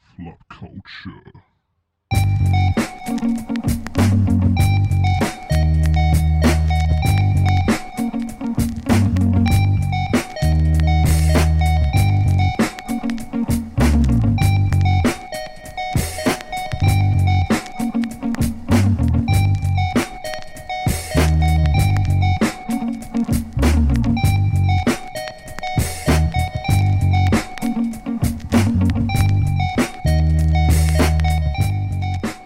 Club Culture.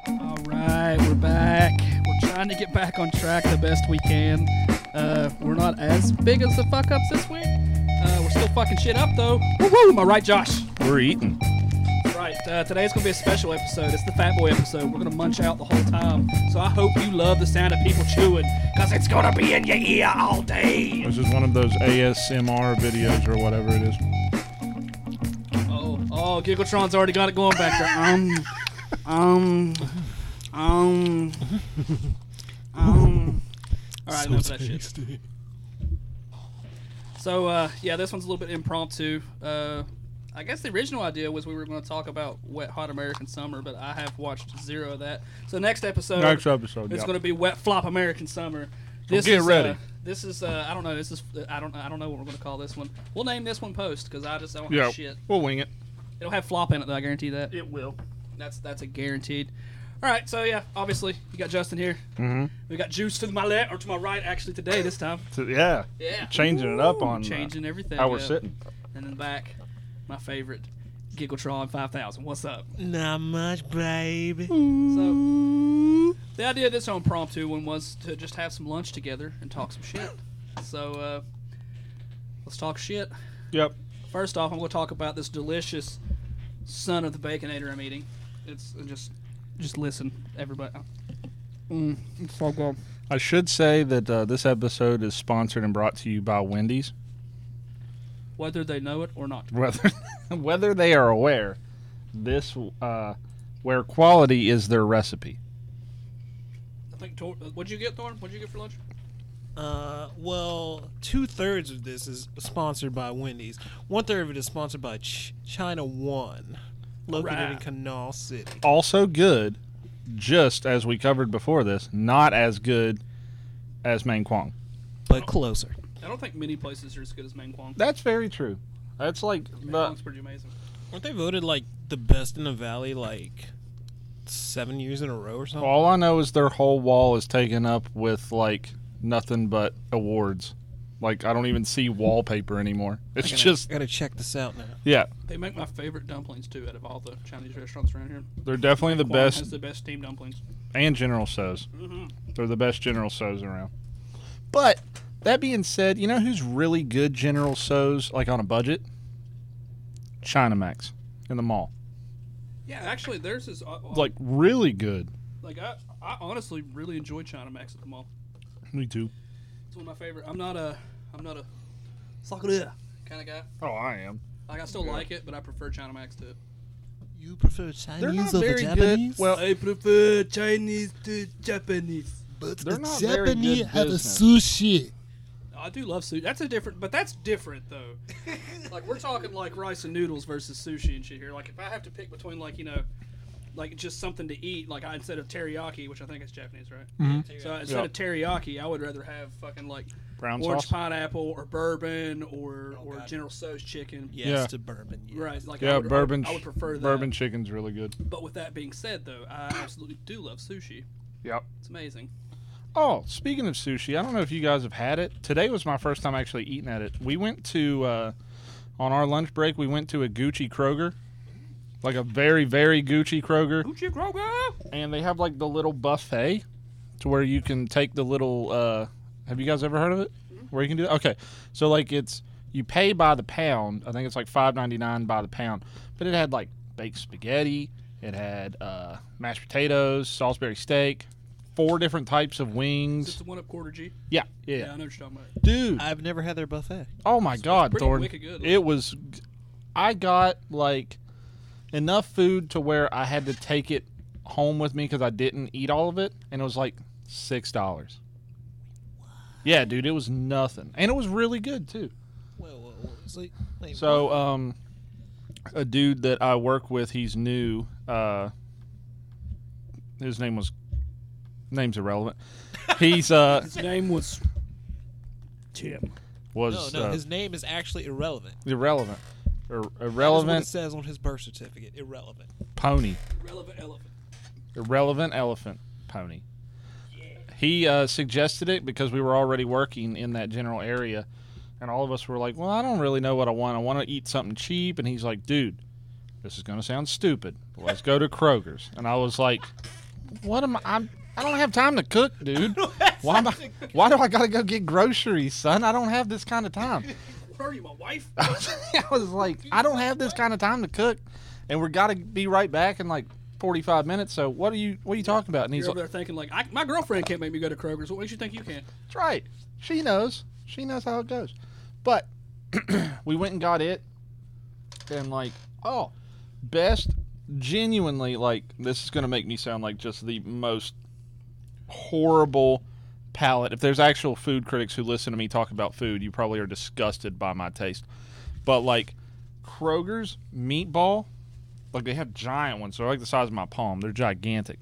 All right, we're back. We're trying to get back on track the best we can. Uh, we're not as big as the fuck ups this week. Uh, we're still fucking shit up though. Woo Am I right, Josh? We're eating. Right. Uh, today's gonna be a special episode. It's the Fat Boy episode. We're gonna munch out the whole time. So I hope you love the sound of people chewing, cause it's gonna be in your ear all day. This is one of those ASMR videos or whatever it is. Oh, oh, Giggletron's already got it going back there. Um, um, um, um. All right, enough of that shit. So uh, yeah, this one's a little bit impromptu. Uh, I guess the original idea was we were going to talk about Wet Hot American Summer, but I have watched zero of that. So next episode, Next episode, it's yeah. going to be Wet Flop American Summer. get is, ready. Uh, this is uh, I don't know. This is I don't I don't know what we're going to call this one. We'll name this one Post because I just I don't Yeah, have shit. we'll wing it. It'll have flop in it though. I guarantee that. It will. That's that's a guaranteed. All right, so yeah, obviously you got Justin here. Mhm. We got Juice to my left or to my right actually today this time. So, yeah, Yeah, changing it up Ooh, on uh, changing everything. how we're up. sitting. And in the back, my favorite, Giggletron 5000. What's up? Not much, baby. So, Mm-hmm. the idea of this impromptu one was to just have some lunch together and talk some shit. So, uh, let's talk shit. Yep. First off, I'm going to talk about this delicious son of the Baconator I'm eating. It's just, just listen, everybody. Mm, it's so good. I should say that uh, this episode is sponsored and brought to you by Wendy's. Whether they know it or not. Whether whether they are aware, this uh, where quality is their recipe. I think. Tor- uh, what'd you get, Thorn? What'd you get for lunch? Uh, well, two thirds of this is sponsored by Wendy's. One third of it is sponsored by Ch- China One, located in Alright. Canal City. Also good, just as we covered before this, not as good as Main Kwong. But closer. I don't think many places are as good as Maine Kwong. That's very true. That's like Maine the Kwong's pretty amazing. Weren't they voted like the best in the valley like seven years in a row or something? All I know is their whole wall is taken up with like nothing but awards. Like I don't even see wallpaper anymore. Oh, It's I gotta, just I gotta check this out now. yeah, They make my favorite dumplings too, out of all the Chinese restaurants around here. they're definitely the Kwon has best the best steamed dumplings. and General So's. Mm-hmm. They're the best General So's around. But that being said, you know who's really good General So's like on a budget? Chinamax in the mall. Yeah, actually, theirs is uh, uh, like Like really good. like I, I honestly really enjoy China Max at the mall. Me too. It's one of my favorite. I'm not a I'm not a soccer kind of guy. Oh, I am. Like I still like it, but I prefer China Max to. You prefer They're not Chinese very good. Well, I prefer Chinese to Japanese. But They're the not very Japanese good have a business. sushi. I do love sushi. That's a different, but that's different though. like we're talking like rice and noodles versus sushi and shit here. Like if I have to pick between like you know, like just something to eat, like I, instead of teriyaki, which I think is Japanese, right? So instead Mm-hmm. Yeah. of teriyaki, I would rather have fucking like brown orange sauce. pineapple or bourbon or or God. General So's chicken. yes Yeah. to bourbon. Yes. Right, like I Yeah, would, bourbon. I would, I would prefer that. Bourbon chicken's really good. But with that being said, though, I absolutely do love sushi. Yep. It's amazing. Oh, speaking of sushi, I don't know if you guys have had it. Today was my first time actually eating at it. We went to uh, on our lunch break. We went to a Gucci Kroger, like a very very Gucci Kroger, Gucci Kroger. and they have like the little buffet to where you can take the little. Uh, have you guys ever heard of it? Where you can do that? Okay, so like it's you pay by the pound. I think it's like five ninety nine by the pound, but it had like baked spaghetti. It had uh, mashed potatoes, Salisbury steak, four different types of wings. It's the one up quarter G. Yeah, yeah. Yeah, I know what you're talking about. Dude, I've never had their buffet. oh my god, pretty Thorn. wicked good. It was I got like enough food to where I had to take it home with me cuz I didn't eat all of it and it was like $6. Yeah, dude, it was nothing. And it was really good too. Whoa, whoa, whoa. It's like- like, So, um a dude that I work with. He's new. Uh, his name was name's irrelevant. He's uh His name was Tim. was no, no, uh, his name is actually irrelevant. irrelevant, Ir- That's what it irrelevant says on his birth certificate. Irrelevant. pony. Relevant elephant. Irrelevant Elephant Pony. He uh, suggested it because we were already working in that general area, and all of us were like, "Well, I don't really know what I want. I want to eat something cheap." And he's like, "Dude, this is going to sound stupid. but Let's go to Kroger's." And I was like, "What am I? I'm, I don't have time to cook, dude. Why am I? Why do I got to go get groceries, son? I don't have this kind of time." Where are you, my wife? Uh, I was like, I don't have this kind of time to cook, and we're got to be right back in like 45 minutes. So what are you what are you talking about? And he's You're like, over there thinking like, I, my girlfriend can't make me go to Kroger's. What makes you think you can? That's right. She knows. She knows how it goes. But we went and got it, and like, oh, best, genuinely, like, this is gonna make me sound like just the most horrible palate. If there's actual food critics who listen to me talk about food, you probably are disgusted by my taste. But like, Kroger's meatball, like they have giant ones. They're like the size of my palm. They're gigantic,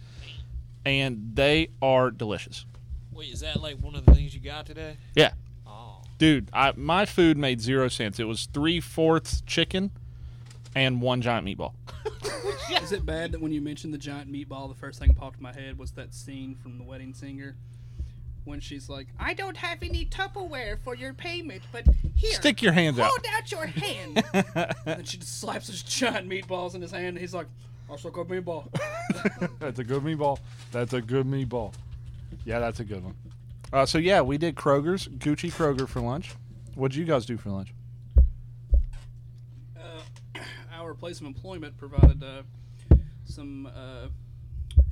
and they are delicious. Wait, is that like one of the things you got today? Yeah. Oh. Dude, I, my food made zero sense. It was three fourths chicken and one giant meatball. Is it bad that when you mentioned the giant meatball, the first thing that popped in my head was that scene from The Wedding Singer? When she's like, I don't have any Tupperware for your payment, but here, Stick your hands out. hold out your hand. and then she just slaps those giant meatballs in his hand, and he's like, I suck up meatball. That's a good meatball. That's a good meatball. Yeah, that's a good one. Uh, so yeah, we did Kroger's, Gucci Kroger for lunch. What did you guys do for lunch? Our place of employment provided uh, some uh,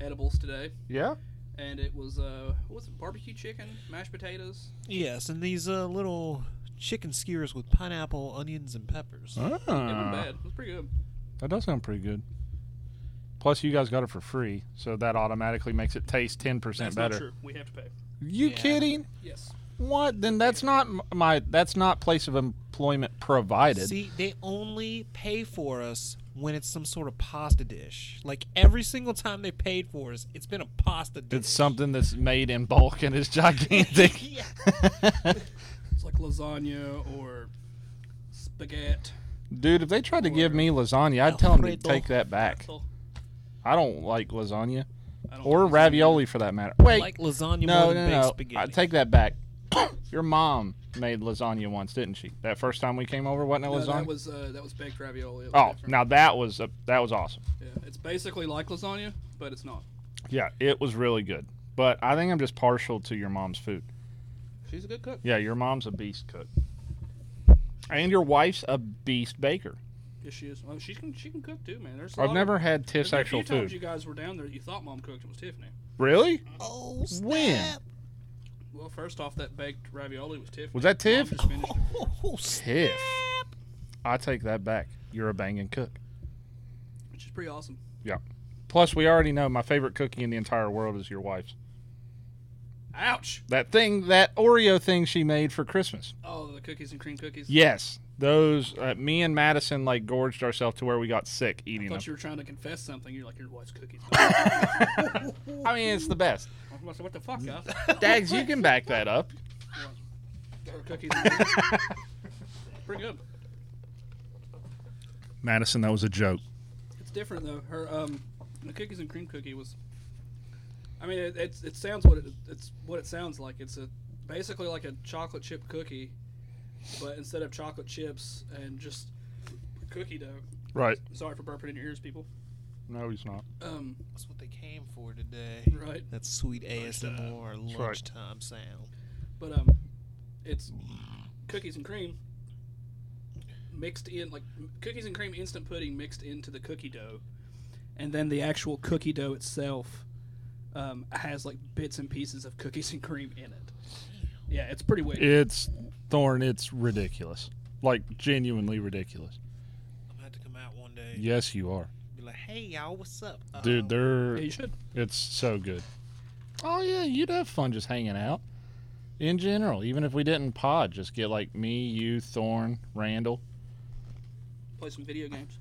edibles today, Yeah. and it was, uh, what was it, barbecue chicken, mashed potatoes, Yes, and these uh, little chicken skewers with pineapple, onions, and peppers. It Uh, wasn't bad. It was pretty good. Ah, that does sound pretty good. Plus, you guys got it for free, so that automatically makes it taste ten percent That's better. not true. We have to pay. You Yeah. kidding? Yes. What? Then that's not m- my. That's not place of employment provided. See, they only pay for us when it's some sort of pasta dish. Like every single time they paid for us, it's been a pasta dish. It's something that's made in bulk and is gigantic. Yeah. It's like lasagna or spaghetti. Dude, if they tried to give me lasagna, I'd tell them to Alfredo. take that back. I don't like lasagna I don't or think- ravioli for that matter. Wait, like lasagna no, no, more than no. baked spaghetti. I take that back. Your mom made lasagna once, didn't she? That first time we came over, wasn't it No, lasagna? that was uh, that was baked ravioli. It was oh, different. now that was a, that was awesome. Yeah, it's basically like lasagna, but it's not. Yeah, it was really good. But I think I'm just partial to your mom's food. She's a good cook. Yeah, your mom's a beast cook, and your wife's a beast baker. Yes, she is. Well, she can she can cook too, man. There's. a I've lot never Of, had there's Tiff's been a actual few times food. you guys were down there, you thought mom cooked. It was Tiffany. Really? oh, snap. When? Well, first off, that baked ravioli was Tiffany. Was that Mom Tiff? just finished it. Oh, snap. Tiff. I take that back. You're a banging cook. Which is pretty awesome. Yeah. Plus, we already know my favorite cookie in the entire world is your wife's. Ouch! That thing, that Oreo thing she made for Christmas. Oh, the cookies and cream cookies. Yes, those. Uh, me and Madison like gorged ourselves to where we got sick I eating them. thought you were trying to confess something. You're like your wife's cookies. I'm I mean, it's the best. like, what the fuck, guys? Dags, you can back that up. Or cookies. and- pretty good. Madison, that was a joke. It's different though. Her um, the cookies and cream cookie was. I mean, it, it's it sounds what it, it's what it sounds like. It's a basically like a chocolate chip cookie, but instead of chocolate chips and just cookie dough. Right. Sorry for burping in your ears, people. No, he's not. Um, That's what they came for today. right, That's sweet ASMR right. lunchtime sound. but um, it's cookies and cream mixed in like m- cookies and cream instant pudding mixed into the cookie dough, and then the actual cookie dough itself um, has like bits and pieces of cookies and cream in it. Yeah, it's pretty weird. It's Thorn. It's ridiculous. Like genuinely ridiculous. I'm gonna have to come out one day. Yes, you are, Be like, hey y'all, what's up? Uh, dude. They're yeah, you should. It's so good. Oh yeah, you'd have fun just hanging out. In general, even if we didn't pod, just get like me, you, Thorn, Randall. Play some video games.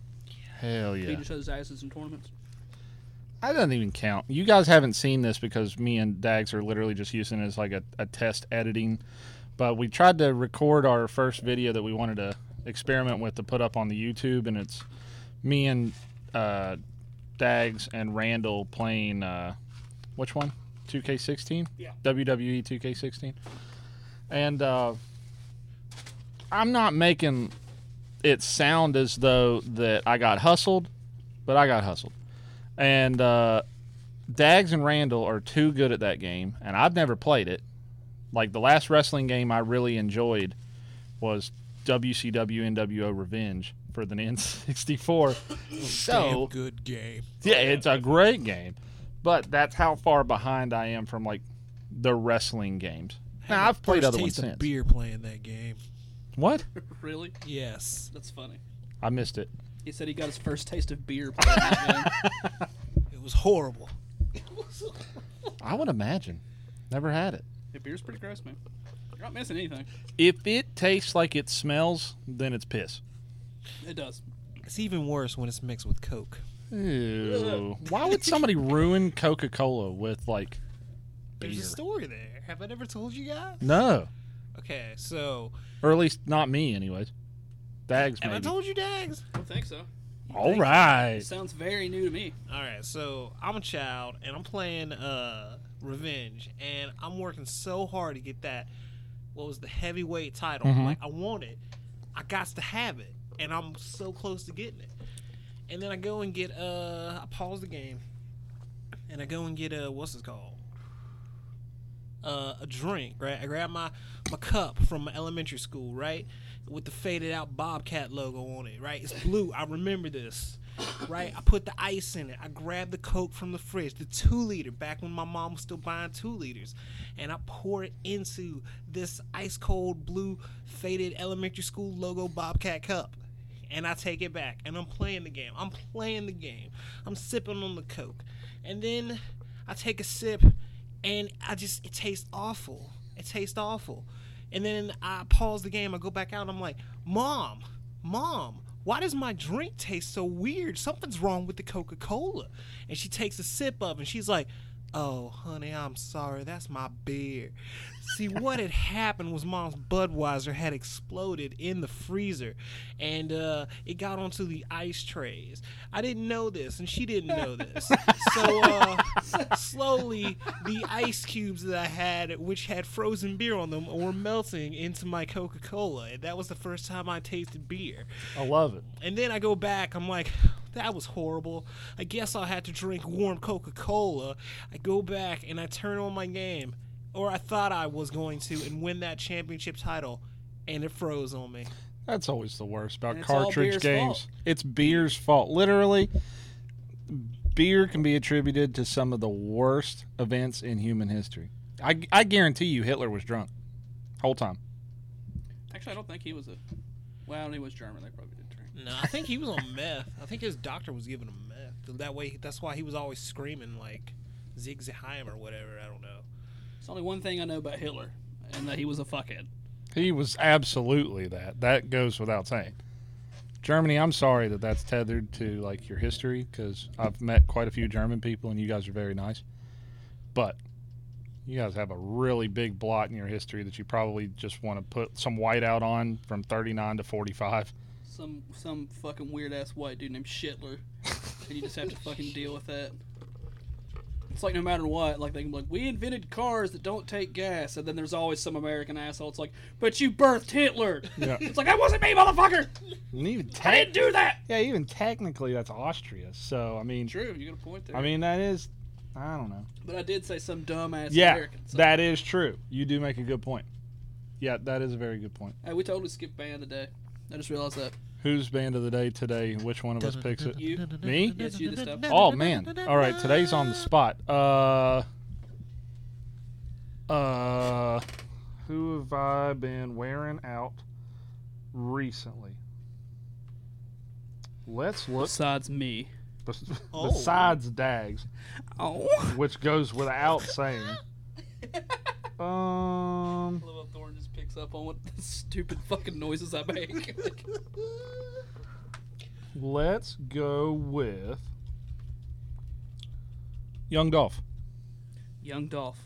Hell He yeah. just shows ass in some tournaments. I doesn't even count. You guys haven't seen this because me and Dags are literally just using it as like a, a test editing. But we tried to record our first video that we wanted to experiment with to put up on the YouTube, and it's me and uh, Dags and Randall playing uh, which one? 2K16. Yeah. WWE 2K16. And uh, I'm not making it sound as though that I got hustled, but I got hustled. And uh, Dags and Randall are too good at that game, and I've never played it. Like the last wrestling game I really enjoyed was WCW NWO Revenge for the N64. Damn so good game. yeah, it's a great game, but that's how far behind I am from like the wrestling games. Now Had I've my played first other ones taste of since. Beer playing that game. What? Really? Yes, That's funny. I missed it. He said he got his first taste of beer. playing that game. it was horrible. I would imagine. Never had it. yeah, beer's pretty gross, man. You're not missing anything. If it tastes like it smells, then it's piss. It does. It's even worse when it's mixed with Coke. Ew. Why would somebody ruin Coca Cola with like beer? There's a story there. Have I never told you guys? No, Okay, so or at least not me, anyways. Dags have I maybe. told you, Dags? I think so. All right. It sounds very new to me. All right, so I'm a child and I'm playing uh Revenge, and I'm working so hard to get that. What was the heavyweight title? Mhm. Like I want it, I got to have it, and I'm so close to getting it. And then I go and get uh, I pause the game, and I go and get uh, what's it called? Uh, a drink, right? I grab my my cup from my elementary school, right, with the faded out Bobcat logo on it, right? It's blue. I remember this, right? I put the ice in it. I grab the Coke from the fridge, the two liter, back when my mom was still buying two liters, and I pour it into this ice cold blue faded elementary school logo Bobcat cup and I take it back and I'm playing the game. I'm playing the game. I'm sipping on the Coke. And then I take a sip and I just it tastes awful. It tastes awful. And then I pause the game, I go back out, and I'm like, Mom, mom, why does my drink taste so weird? Something's wrong with the Coca-Cola. And she takes a sip of it and she's like, Oh, honey, I'm sorry. That's my beer. See, what had happened was mom's Budweiser had exploded in the freezer and uh, it got onto the ice trays. I didn't know this, and she didn't know this. So uh, slowly, the ice cubes that I had, which had frozen beer on them, were melting into my Coca Cola. And that was the first time I tasted beer. I love it. And then I go back, I'm like, that was horrible. I guess I'll have to drink warm Coca Cola. I go back and I turn on my game, or I thought I was going to, and win that championship title, and it froze on me. That's always the worst about And it's all cartridge beer's games. fault. It's beer's fault. Literally, beer can be attributed to some of the worst events in human history. I, I guarantee you Hitler was drunk whole time. Actually, I don't think he was a. Well, he was German. They probably did drink. No, I think he was on meth. I think his doctor was giving him meth. That way, that's why he was always screaming like Zig Zigheim or whatever. I don't know. It's only one thing I know about Hitler, and that he was a fuckhead. He was absolutely that. That goes without saying. Germany, I'm sorry that that's tethered to like your history because I've met quite a few German people and you guys are very nice. But you guys have a really big blot in your history that you probably just want to put some white out on from 39 to 45. Some some fucking weird ass white dude named Shitler, and you just have to fucking deal with that. It's like no matter what, like they can be like, we invented cars that don't take gas, and then there's always some American asshole. It's like, but you birthed Hitler. Yeah. It's like that wasn't me, motherfucker. And even I didn't do that. yeah, even technically that's Austria. So I mean, True, you got a point there. I mean that is, I don't know. but I did say some dumbass yeah, American. So. that is true. You do make a good point. Yeah, that is a very good point. hey, we totally skipped band today. I just realized that. Who's band of the day today? Which one of us picks it? You Me? Yes, you this time. Oh man! All right, today's on the spot. Uh, uh, who have I been wearing out recently? Let's look. besides me. bes- Oh. Besides Dags, Oh. which goes without saying. Um, Little Thorn just picks up on what the stupid fucking noises I make. Let's go with Young Dolph. Young Dolph.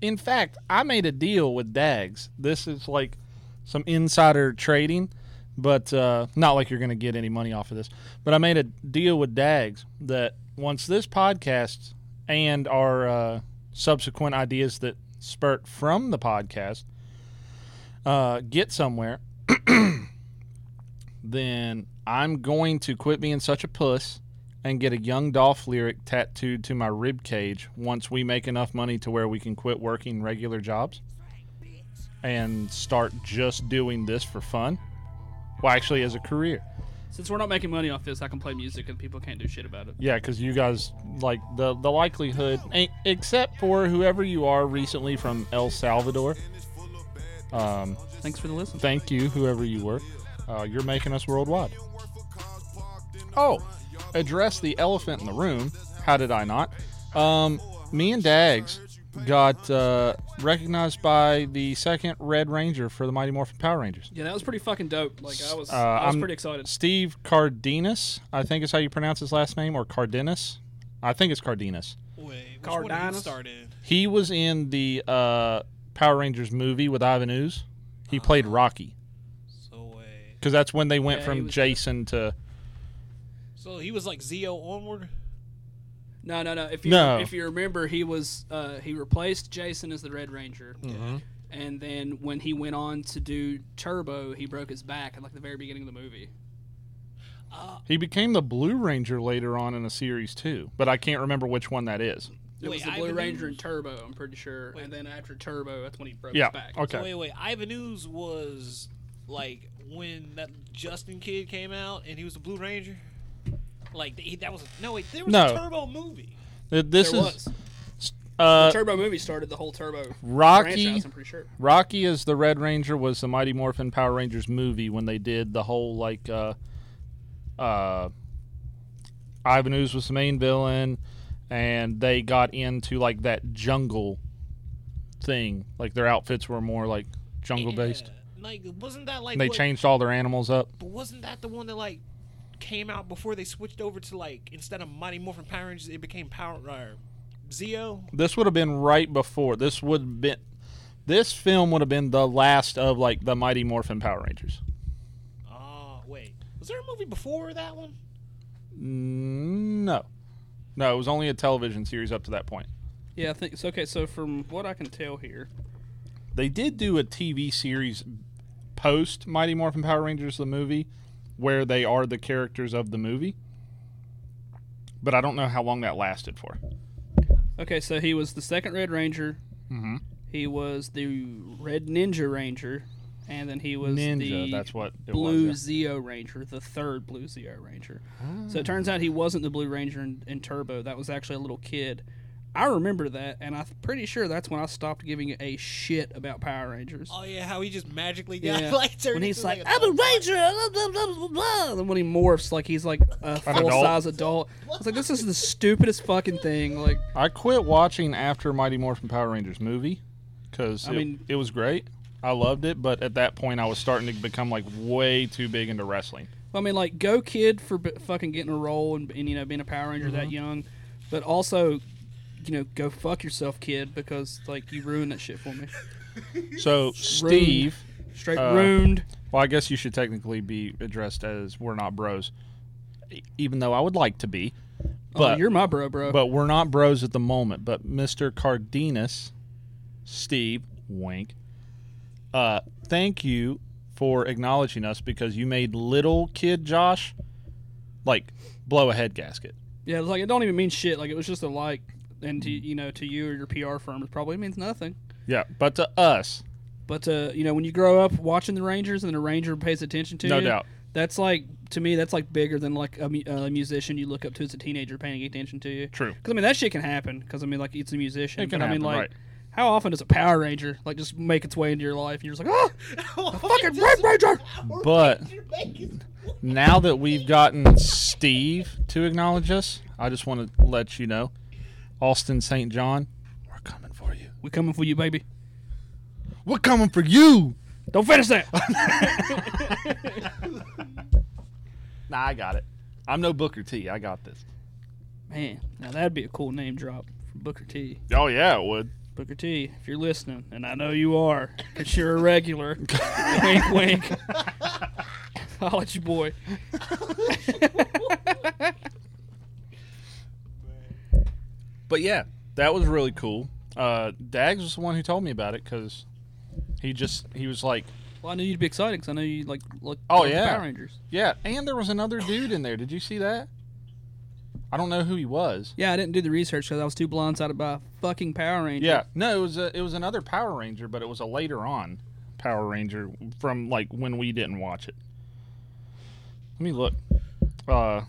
In fact, I made a deal with Dags. This is like some insider trading, but uh, not like you're going to get any money off of this. But I made a deal with Dags that once this podcast and our uh, subsequent ideas that spurt from the podcast uh, get somewhere, then I'm going to quit being such a puss and get a Young Dolph lyric tattooed to my rib cage once we make enough money to where we can quit working regular jobs and start just doing this for fun. Well, actually, as a career. Since we're not making money off this, I can play music and people can't do shit about it. Yeah, because you guys like the the likelihood, e- except for whoever you are recently from El Salvador. Um, Thanks for the listen. thank you, whoever you were. Uh, you're making us worldwide. Oh, address the elephant in the room. How did I not? Um, me and Dags got uh, recognized by the second Red Ranger for the Mighty Morphin Power Rangers. Yeah, that was pretty fucking dope. Like I was, Uh, I was I'm- pretty excited. Steve Cardenas, I think is how you pronounce his last name, or Cardenas. I think it's Cardenas. Wait, which one did Cardenas? he start in? He was in the uh, Power Rangers movie with Ivan Ooze. He played Rocky So wait, because that's when they went Yeah, he from was- Jason to so he was like Zio onward. No, no, no. If you No. if you remember, he was uh, he replaced Jason as the Red Ranger, Mm-hmm. and then when he went on to do Turbo, he broke his back at like the very beginning of the movie. He became the Blue Ranger later on in a series too, but I can't remember which one that is. It Wait, was the I Blue believe- Ranger and Turbo, I'm pretty sure. Wait. And then after Turbo, that's when he broke Yeah. his back. Okay. Wait, wait. Ivan Ooze was like when that Justin kid came out and he was the Blue Ranger. Like he, that was no wait. There was No. a Turbo movie. Th- This there is was. uh, Turbo movie started the whole Turbo Rocky- franchise, I'm pretty sure. Rocky as the Red Ranger was the Mighty Morphin Power Rangers movie when they did the whole like uh, uh, Ivan Ooze was the main villain, and they got into like that jungle thing. Like their outfits were more like jungle based. Yeah. Like wasn't that like And they what- changed all their animals up. But wasn't that the one that like came out before they switched over to like instead of Mighty Morphin Power Rangers, it became Power uh, Zeo? this would have been right before this would have been this film would have been the last of like the mighty morphin power rangers Oh wait, was there a movie before that one? Mm, no no it was only a television series up to that point Yeah, I think so. Okay, so from what I can tell here, they did do a tv series post mighty morphin power rangers the movie where they are the characters of the movie but i don't know how long that lasted for okay, so he was the second Red Ranger. Mhm. He was the Red Ninja Ranger, and then he was ninja the that's what it Blue was Zeo Ranger, the third Blue Zeo Ranger. So Ah. it turns out he wasn't the Blue Ranger in, in Turbo. That was actually a little kid. I remember that, and I'm pretty sure that's when I stopped giving a shit about Power Rangers. Oh yeah, how he just magically got Yeah. like turned when he's into, like, a "I'm a thug. ranger," blah, blah, blah, blah, blah, and then when he morphs, like he's like a full size adult. I was like, "This is the stupidest fucking thing!" Like, I quit watching after Mighty Morphin Power Rangers movie because I it, mean- it was great. I loved it, but at that point I was starting to become like way too big into wrestling. I mean, like, go kid for b- fucking getting a role and, and you know being a Power Ranger that young, but also, you know, go fuck yourself, kid, because like you ruined that shit for me. So Steve, Straight Uh, ruined. well, I guess you should technically be addressed as we're not bros, e- even though I would like to be, But but Oh, you're my bro, bro. but we're not bros at the moment. But Mr. Cardenas, Steve, wink. Uh, thank you for acknowledging us because you made little kid Josh like blow a head gasket. yeah, it's like it don't even mean shit. Like it was just a like, and to you know, to you or your PR firm, it probably means nothing. Yeah, but to us, But uh, you know, when you grow up watching the Rangers and the Ranger pays attention to No you, doubt. that's like to me, that's like bigger than like a, mu- a musician you look up to as a teenager paying attention to you. True. Because I mean that shit can happen. Because I mean like it's a musician. It can but, I mean happen, like. right. How often does a Power Ranger like just make its way into your life? And you're just like, oh, Oh, fucking Red just- Ranger. But- Ranger making- now that we've gotten Steve to acknowledge us, I just want to let you know, Austin St. John, we're coming for you. we coming for you, baby. We're coming for you. Don't finish that. Nah, I got it. I'm no Booker T. I got this. Man, now that'd be a cool name drop from Booker T. Oh yeah, it would. Booker T, if you're listening, and I know you are, 'cause you're a regular. wink, wink. I'll let you, boy. But yeah, that was really cool. Uh, Dags was the one who told me about it because he just he was like, Well, I knew you'd be excited because I know you like look. Oh, like the yeah. Power Rangers. yeah. And there was another dude in there. Did you see that? I don't know who he was. Yeah, I didn't do the research because I was too blindsided by fucking Power Rangers. Yeah, no, it was a, it was another Power Ranger, but it was a later on Power Ranger from like when we didn't watch it. Let me look. Uh,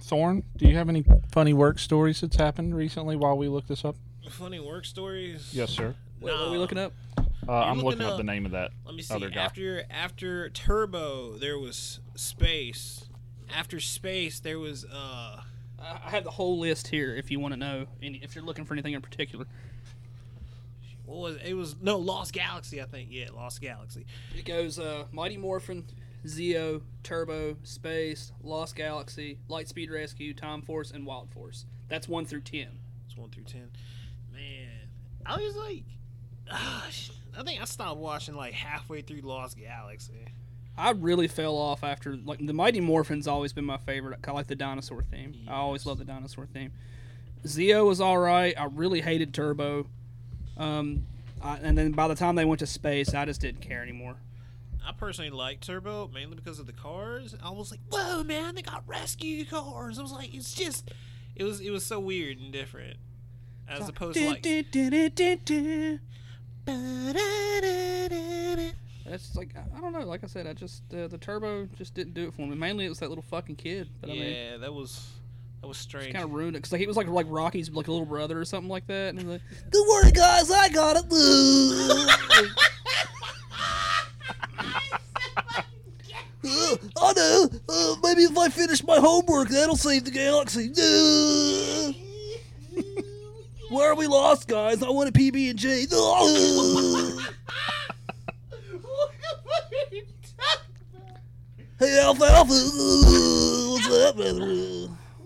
Thorn, do you have any funny work stories that's happened recently while we look this up? Funny work stories. Yes, sir. Wait, what are we Nah. looking up? Uh, I'm looking looking up up- the name of that. Let me see. Other guy. After after Turbo, there was Space. After Space, there was uh. I I have the whole list here if you want to know, any, if you're looking for anything in particular. What was it? it was no Lost Galaxy, I think. Yeah, Lost Galaxy. It goes uh, Mighty Morphin, Zeo, Turbo, Space, Lost Galaxy, Lightspeed Rescue, Time Force, and Wild Force. That's one through ten. It's one through ten. Man, I was like, ah, sh- I think I stopped watching like halfway through Lost Galaxy. I really fell off after like the Mighty Morphin's always been my favorite. I like the dinosaur theme. I always love the dinosaur theme. Zeo was all right. I really hated Turbo, um, I, and then by the time they went to space, I just didn't care anymore. I personally liked Turbo mainly because of the cars. I was like, whoa, man, they got rescue cars. I was like, it's just, it was, it was so weird and different, as opposed to like. That's like I I don't know. Like I said, I just uh, the Turbo just didn't do it for me. Mainly it was that little fucking kid. But I mean, Yeah, that was that was strange. kind of ruined it because like, he was like like Rocky's like little brother or something like that, and he's like, Don't worry, guys, I got it. Uh, I know. Uh, maybe if I finish my homework, that'll save the galaxy. Uh, where are we lost, guys? I want a PB and J. Hey, Alpha Alpha. Uh, what's up, brother?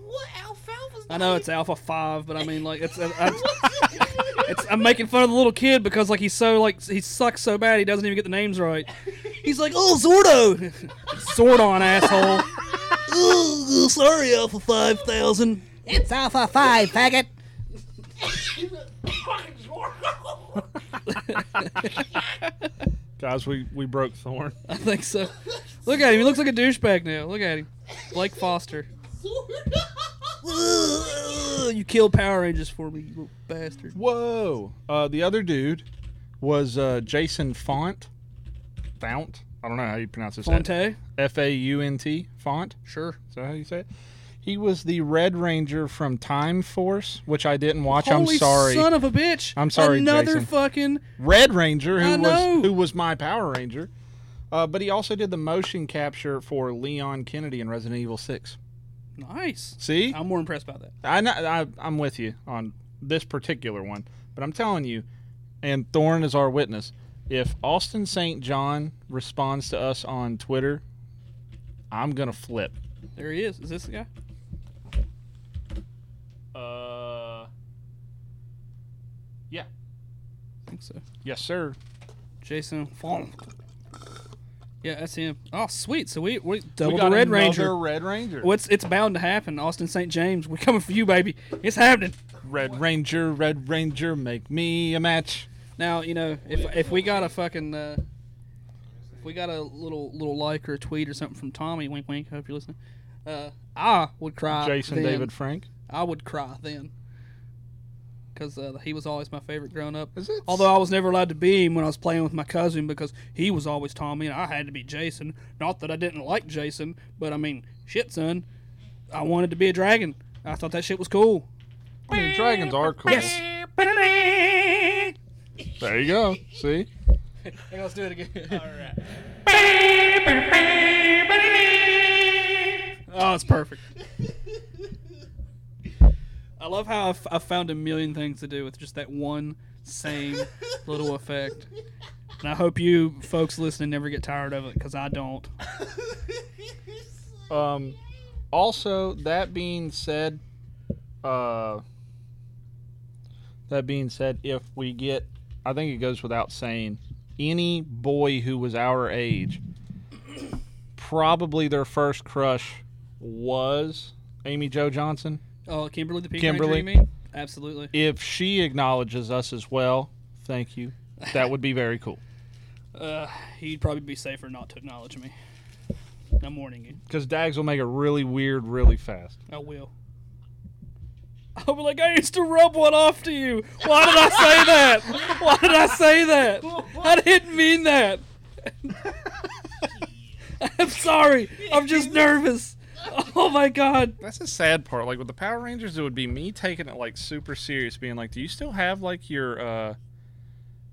What alfalfa's? I know it's Alpha Five, but I mean like it's, uh, I, I- it's I'm making fun of the little kid because like he's so like he sucks so bad he doesn't even get the names right. He's like, oh, Zordo. Zordon asshole. Ooh, sorry, Alpha 5000. It's Alpha 5, faggot. Guys, we, we broke Thorn. I think so. Look at him. He looks like a douchebag now. Look at him. Blake Foster. Ugh, you killed Power Rangers for me, you little bastard. Whoa. Uh, the other dude was uh, Jason Font. Fount. I don't know how you pronounce this. Fonte? F A U N T. Font. Sure. Is that how you say it? He was the Red Ranger from Time Force, which I didn't watch. Holy I'm sorry. son of a bitch. I'm sorry, Another Jason. fucking Red Ranger, I who know. was who was my Power Ranger, uh, but he also did the motion capture for Leon Kennedy in Resident Evil Six. nice. See, I'm more impressed by that. I, know- I I'm with you on this particular one, but I'm telling you, and Thorne is our witness. If Austin St. John responds to us on Twitter, I'm gonna flip. There he is. Is this the guy? Uh, yeah, I think so. yes, sir. Jason Fong. Yeah, that's him. Oh, sweet. So we we double we the got Red another Ranger. Red Ranger. What's it's bound to happen, Austin St. James. We're coming for you, baby. It's happening. Red Ranger, Red Ranger, make me a match. Now you know if if we got a fucking uh, if we got a little little like or a tweet or something from Tommy, wink wink. Hope you're listening. Uh, I would cry. Jason then. David Frank. I would cry then. Because uh, he was always my favorite growing up. Is it? Although I was never allowed to be him when I was playing with my cousin because he was always Tommy and I had to be Jason. Not that I didn't like Jason, but I mean, shit, son. I wanted to be a dragon. I thought that shit was cool. I mean, dragons are cool. Yes. I There you go. See? think let's do it again. Oh, it's perfect. I love how I, f- I found a million things to do with just that one same little effect. And I hope you folks listening never get tired of it because I don't. Um, also, that being said, uh, that being said, if we get, I think it goes without saying, any boy who was our age, probably their first crush was Amy Joe Johnson. Oh, Kimberly the Pink Kimberly. Ranger, you mean? Absolutely. If she acknowledges us as well, thank you. That would be very cool. Uh, he'd probably be safer not to acknowledge me. I'm warning you. Because Dags will make it really weird really fast. I will. I'll be like, I used to rub one off to you. Why did I say that? Why did I say that? I didn't mean that. I'm sorry. I'm just nervous. Oh my god. That's the sad part. Like with the Power Rangers, it would be me taking it like super serious, being like, "Do you still have like your, uh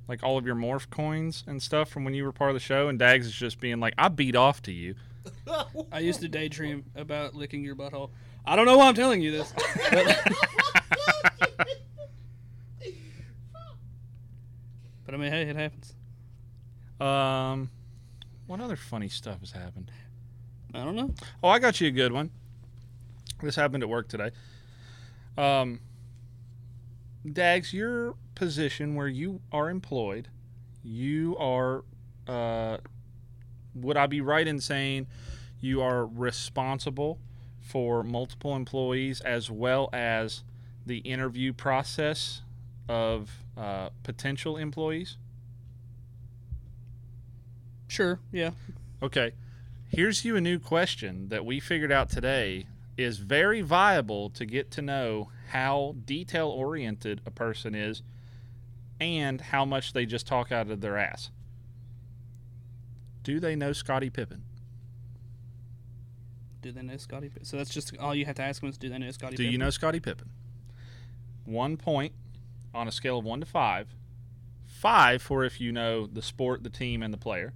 like all of your morph coins and stuff from when you were part of the show?" And Dags is just being like, "I beat off to you." I used to daydream about licking your butthole. I don't know why I'm telling you this. But, but I mean, hey, it happens. um, what other funny stuff has happened? I don't know. Oh, I got you a good one. This happened at work today. Um, Dags, your position where you are employed, you are, uh, would I be right in saying you are responsible for multiple employees as well as the interview process of uh, potential employees? Sure. Yeah. Okay. Here's you a new question that we figured out today is very viable to get to know how detail oriented a person is and how much they just talk out of their ass. Do they know Scottie Pippen? Do they know Scotty? Pippen? So that's just all you have to ask them is, do they know Scotty? Do you know Scottie Pippen? One point on a scale of one to five. Five for if you know the sport, the team, and the player.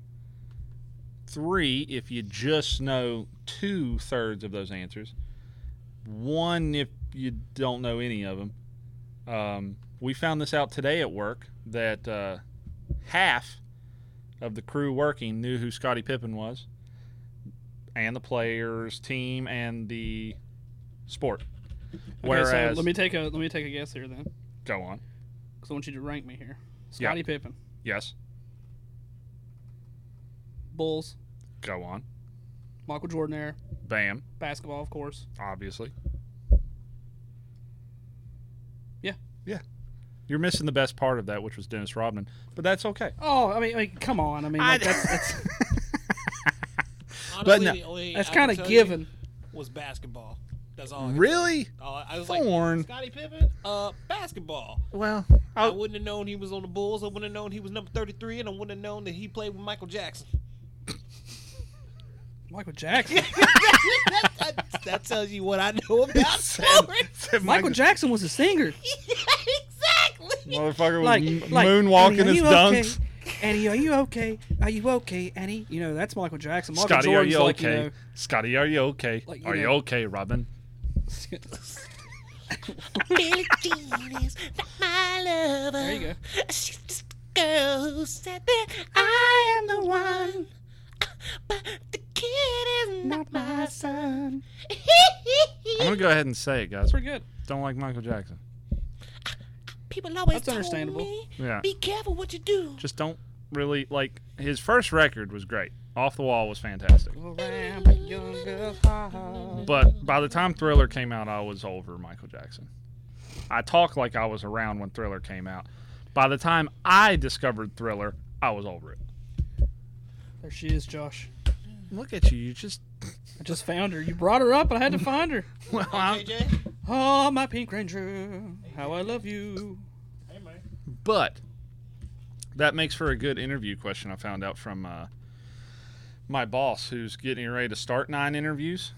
Three if you just know two thirds of those answers. One if you don't know any of them. Um, we found this out today at work that uh, half of the crew working knew who Scottie Pippen was, and the players, team, and the sport. Okay, Whereas, so let me take a let me take a guess here then, go on. because I want you to rank me here. Yeah. Scotty Pippen, Yes, Bulls, go on. Michael Jordan era, Bam, basketball, of course. obviously. Yeah. Yeah. You're missing the best part of that, which was Dennis Rodman, but that's okay. Oh, I mean, I mean, come on. I mean, like, that's that's, Honestly, no. the only that's I can kind of tell given. you Was basketball. That's all. I could really? tell you. All I I was Thorn. like, Scottie Pippen, uh, basketball. Well, I Oh, I, wouldn't have known he was on the Bulls. I wouldn't have known he was number 33, and I wouldn't have known that he played with Michael Jackson. Michael Jackson. that, that- that tells you what I know about sports. Michael Jackson was a singer. exactly. motherfucker was Like, m- like moonwalking Annie, are his you dunks. Okay? Annie, are you okay? Are you okay, Annie? You know, that's Michael Jackson. Michael Scotty, are Jordan's you like, okay? you know, Scotty, are you okay? Like, you are you know- okay, Robin? Billie Jean is not my lover. There you go. She's just a girl who said that I am the one. But the kid is not my son. I'm gonna go ahead and say it, guys. pretty good. Don't like Michael Jackson. People always That's understandable. Told me, Yeah. Be careful what you do. Just don't really like his first record was great. Off the wall was fantastic. But by the time Thriller came out, I was over Michael Jackson. I talk like I was around when Thriller came out. By the time I discovered Thriller, I was over it. There she is, Josh. Look at you. You just. I just found her. You brought her up, and I had to find her. Well, I'm- JJ? Oh, my pink ranger, how I love you. but that makes for a good interview question. I found out from uh, my boss, who's getting ready to start nine interviews.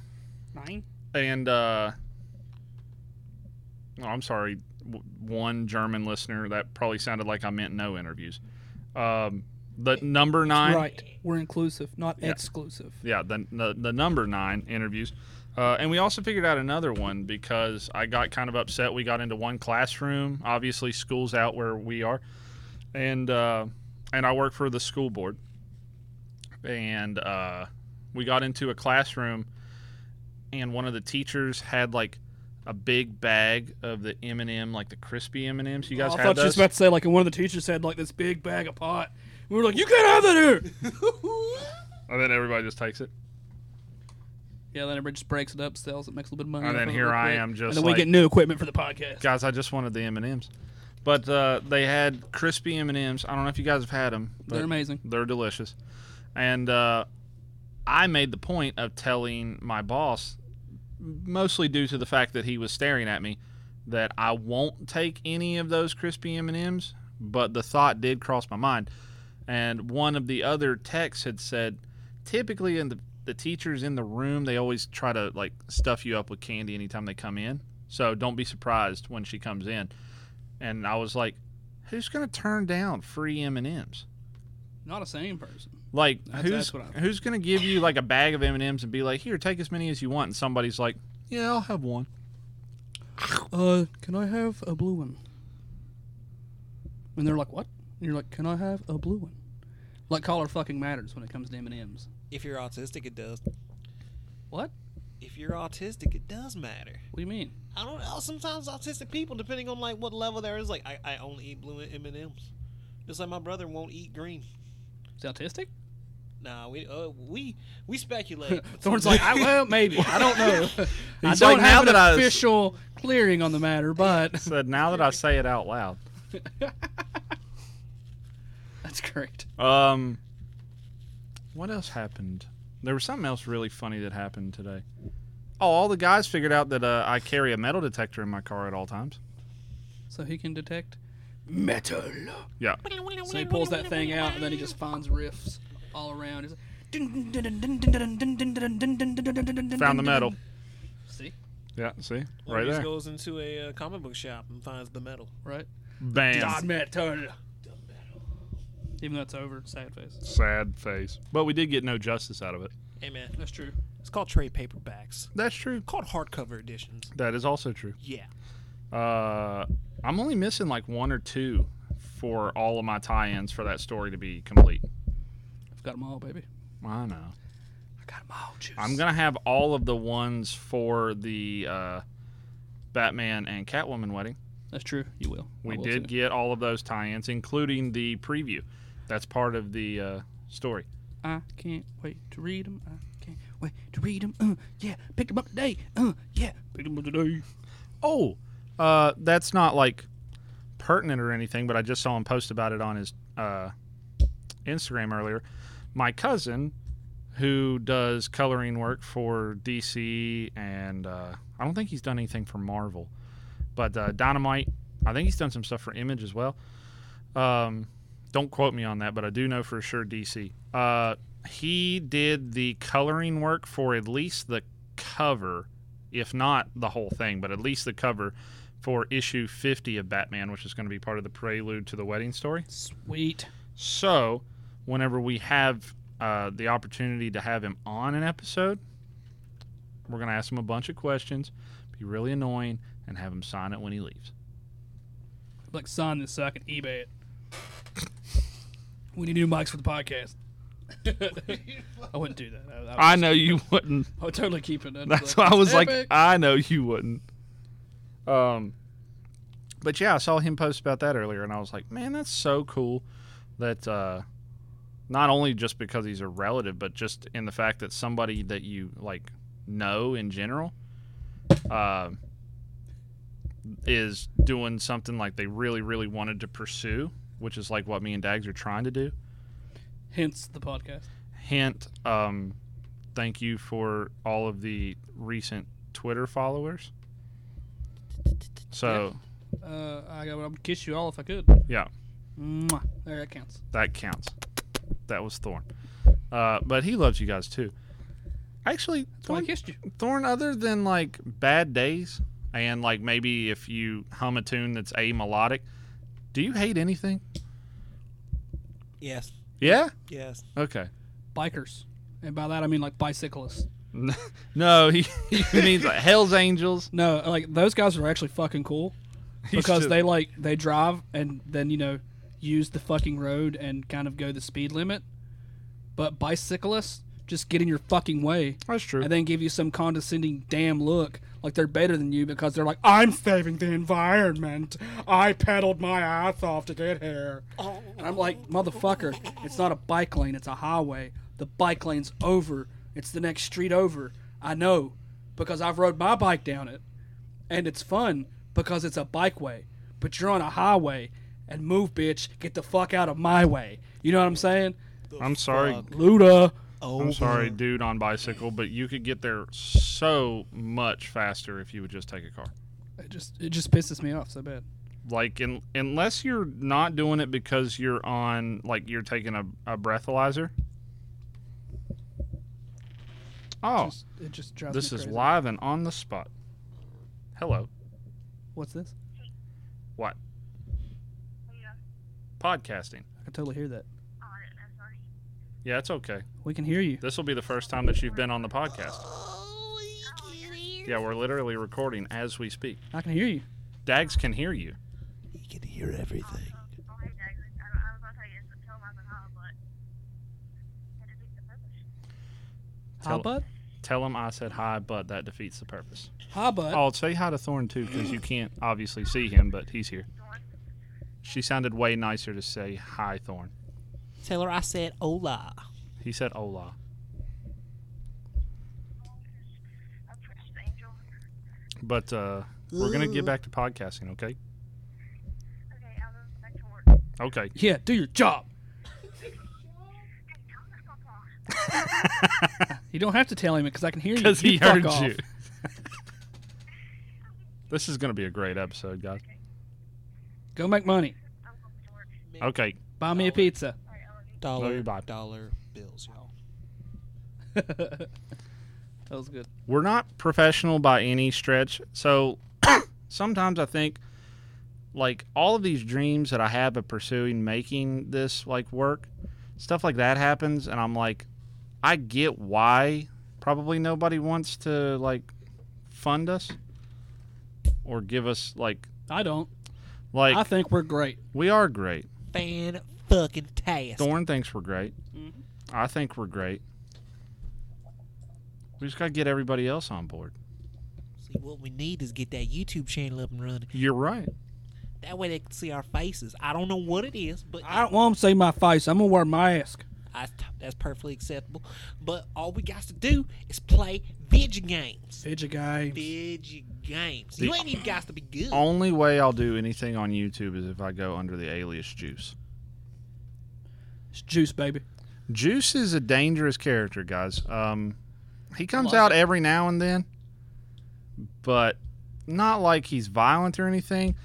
Nine. and uh oh, I'm sorry, w- one German listener that probably sounded like I meant no interviews. Um, the number nine, Right. We're inclusive, not exclusive. yeah, the, the the number nine interviews, uh, and we also figured out another one because I got kind of upset. We got into one classroom. Obviously, school's out where we are, and uh, and I work for the school board, and uh, we got into a classroom and one of the teachers had like a big bag of the M and M, like the crispy M and M's. You guys Oh, I had thought you was those? about to say like, and one of the teachers had like this big bag of pot. We were like, you can't have that here. and then everybody just takes it. yeah, then everybody just breaks it up, sells it, makes a little bit of money. And off then of it here real I quick. am just and then like- we get new equipment for the podcast. Guys, I just wanted the M and M's, but uh, they had crispy M and M's. I don't know if you guys have had them. But They're amazing. They're delicious. And uh, I made the point of telling my boss, mostly due to the fact that he was staring at me, that I won't take any of those crispy M and M's. But the thought did cross my mind, and one of the other techs had said, typically in the the teachers in the room, they always try to like stuff you up with candy anytime they come in. So don't be surprised when she comes in. And I was like, who's gonna turn down free M and M's? Not a same person. Like That's- who's that's what I- who's gonna give you like a bag of M and M's and be like, here, take as many as you want, and somebody's like, yeah, I'll have one. Uh, can I have a blue one? And they're like, what? And you're like, can I have a blue one? Like color fucking matters when it comes to M and M's. If you're autistic, it does. What? If you're autistic, it does matter. What do you mean? I don't know. Sometimes autistic people, depending on like what level there is, like I, I only eat blue M and M's. Just like my brother won't eat green. Is he autistic? Nah, we uh, we we speculate. Thorne's like, I, well, maybe. I don't know. I He's don't like, now have that I- an official clearing on the matter, but Said now that I say it out loud. that's great. Um, what else happened? There was something else really funny that happened today. Oh, all the guys figured out that uh, I carry a metal detector in my car at all times. So he can detect metal. Yeah. So he pulls that thing out, and then he just finds riffs all around. He's like, Found the metal. See, Yeah, see? Or Right he just there. goes into a uh, comic book shop and finds the metal. right? God Bam. metal. Even though it's over, sad face. Sad face. But we did get no justice out of it. Hey man, That's true. it's called trade paperbacks. That's true. Called hardcover editions. That is also true. Yeah. Uh, I'm only missing like one or two for all of my tie ins for that story to be complete. I've got them all, baby. I know. I got them all. Juice. I'm gonna have all of the ones for the uh, Batman and Catwoman wedding. That's true. You will. I We will did too. get all of those tie-ins, including the preview. That's part of the uh, story. I can't wait to read them. I can't wait to read them. Uh, yeah, picked them up today. Uh, yeah, picked them up today. Oh, uh, that's not like pertinent or anything, but I just saw him post about it on his uh, Instagram earlier. My cousin, who does coloring work for DC, and uh, I don't think he's done anything for Marvel, but uh, Dynamite, I think he's done some stuff for Image as well. Um, don't quote me on that, but I do know for sure DC. Uh, he did the coloring work for at least the cover if not the whole thing, but at least the cover for issue 50 of Batman, which is going to be part of the prelude to the wedding story. Sweet. So, whenever we have uh, the opportunity to have him on an episode, we're going to ask him a bunch of questions, be really annoying, and have him sign it when he leaves. Like sign this so I can eBay it. we need new mics for the podcast. I wouldn't do that. I, I, would, I know you wouldn't. I would totally keep it. That's why I was like, Epic. I know you wouldn't. Um, but yeah, I saw him post about that earlier, and I was like, man, that's so cool. That uh, not only just because he's a relative, but just in the fact that somebody that you like know in general, uh, is doing something like they really, really wanted to pursue, which is like what me and Dags are trying to do hence the podcast. hint um, thank you for all of the recent twitter followers so Uh, I, I would kiss you all if I could. yeah Mwah. There, that counts. that counts that was thorn uh, but he loves you guys too actually That's why I thorn, kissed you. thorn other than like bad days and like maybe if you hum a tune that's a melodic do you hate anything Yes. yeah Yes. okay Bikers. And by that I mean like bicyclists. no he, he means like hell's angels No, like those guys are actually fucking cool He's because just- they like they drive and then you know use the fucking road and kind of go the speed limit. But bicyclists just get in your fucking way That's true. and then give you some condescending damn look like they're better than you because they're like i'm saving the environment i pedaled my ass off to get here and i'm like motherfucker it's not a bike lane it's a highway the bike lane's over it's the next street over i know because i've rode my bike down it and it's fun because it's a bikeway but you're on a highway and move bitch get the fuck out of my way you know what i'm saying I'm sorry. luda I'm sorry, dude on bicycle, but you could get there so much faster if you would just take a car. it just it just pisses me off so bad Like, in, unless you're not doing it because you're on, like, you're taking a, a breathalyzer. Oh, Just- it just drives this me is crazy. live and on the spot. Hello. What's this? What? Podcasting. I can totally hear that. Yeah, it's okay. We can hear you. This will be the first time that you've been on the podcast. Oh, Yeah, we're literally recording as we speak. I can hear you. Dags can hear you. He can hear everything. Hi, Tell- bud. Tell him I said hi, but that defeats the purpose. Hi, bud. Oh, say hi to Thorn too, because you can't obviously see him, but he's here. She sounded way nicer to say hi, Thorn. Tell her I said hola. He said hola. But uh, we're gonna get back to podcasting, okay? Okay. Yeah, do your job. You don't have to tell him because I can hear you. Because he You fuck heard off. you. this is gonna be a great episode, guys. Go make money. Okay. Buy me a pizza. Love Dollar, you, bye. dollar bills, y'all. that was good. we're not professional by any stretch. So sometimes I think like all of these dreams that I have of pursuing making this like work, stuff like that happens and I'm like I get why probably nobody wants to like fund us or give us like I don't. like I think we're great. we are great. Fan fucking task. Thorn thinks we're great. Mm-hmm. I think we're great. We just got to get everybody else on board. See, what we need is get that YouTube channel up and running. You're right. That way they can see our faces. I don't know what it is, but I don't want him to see my face. I'm gonna wear a mask. I- that's perfectly acceptable. But all we got to do is play video games. Fidget games. Video games. The- You ain't even got to be good. only way I'll do anything on YouTube is if I go under the alias Juice. It's juice, baby. Juice is a dangerous character, guys. Um, he comes Love out every now and then, but not like he's violent or anything.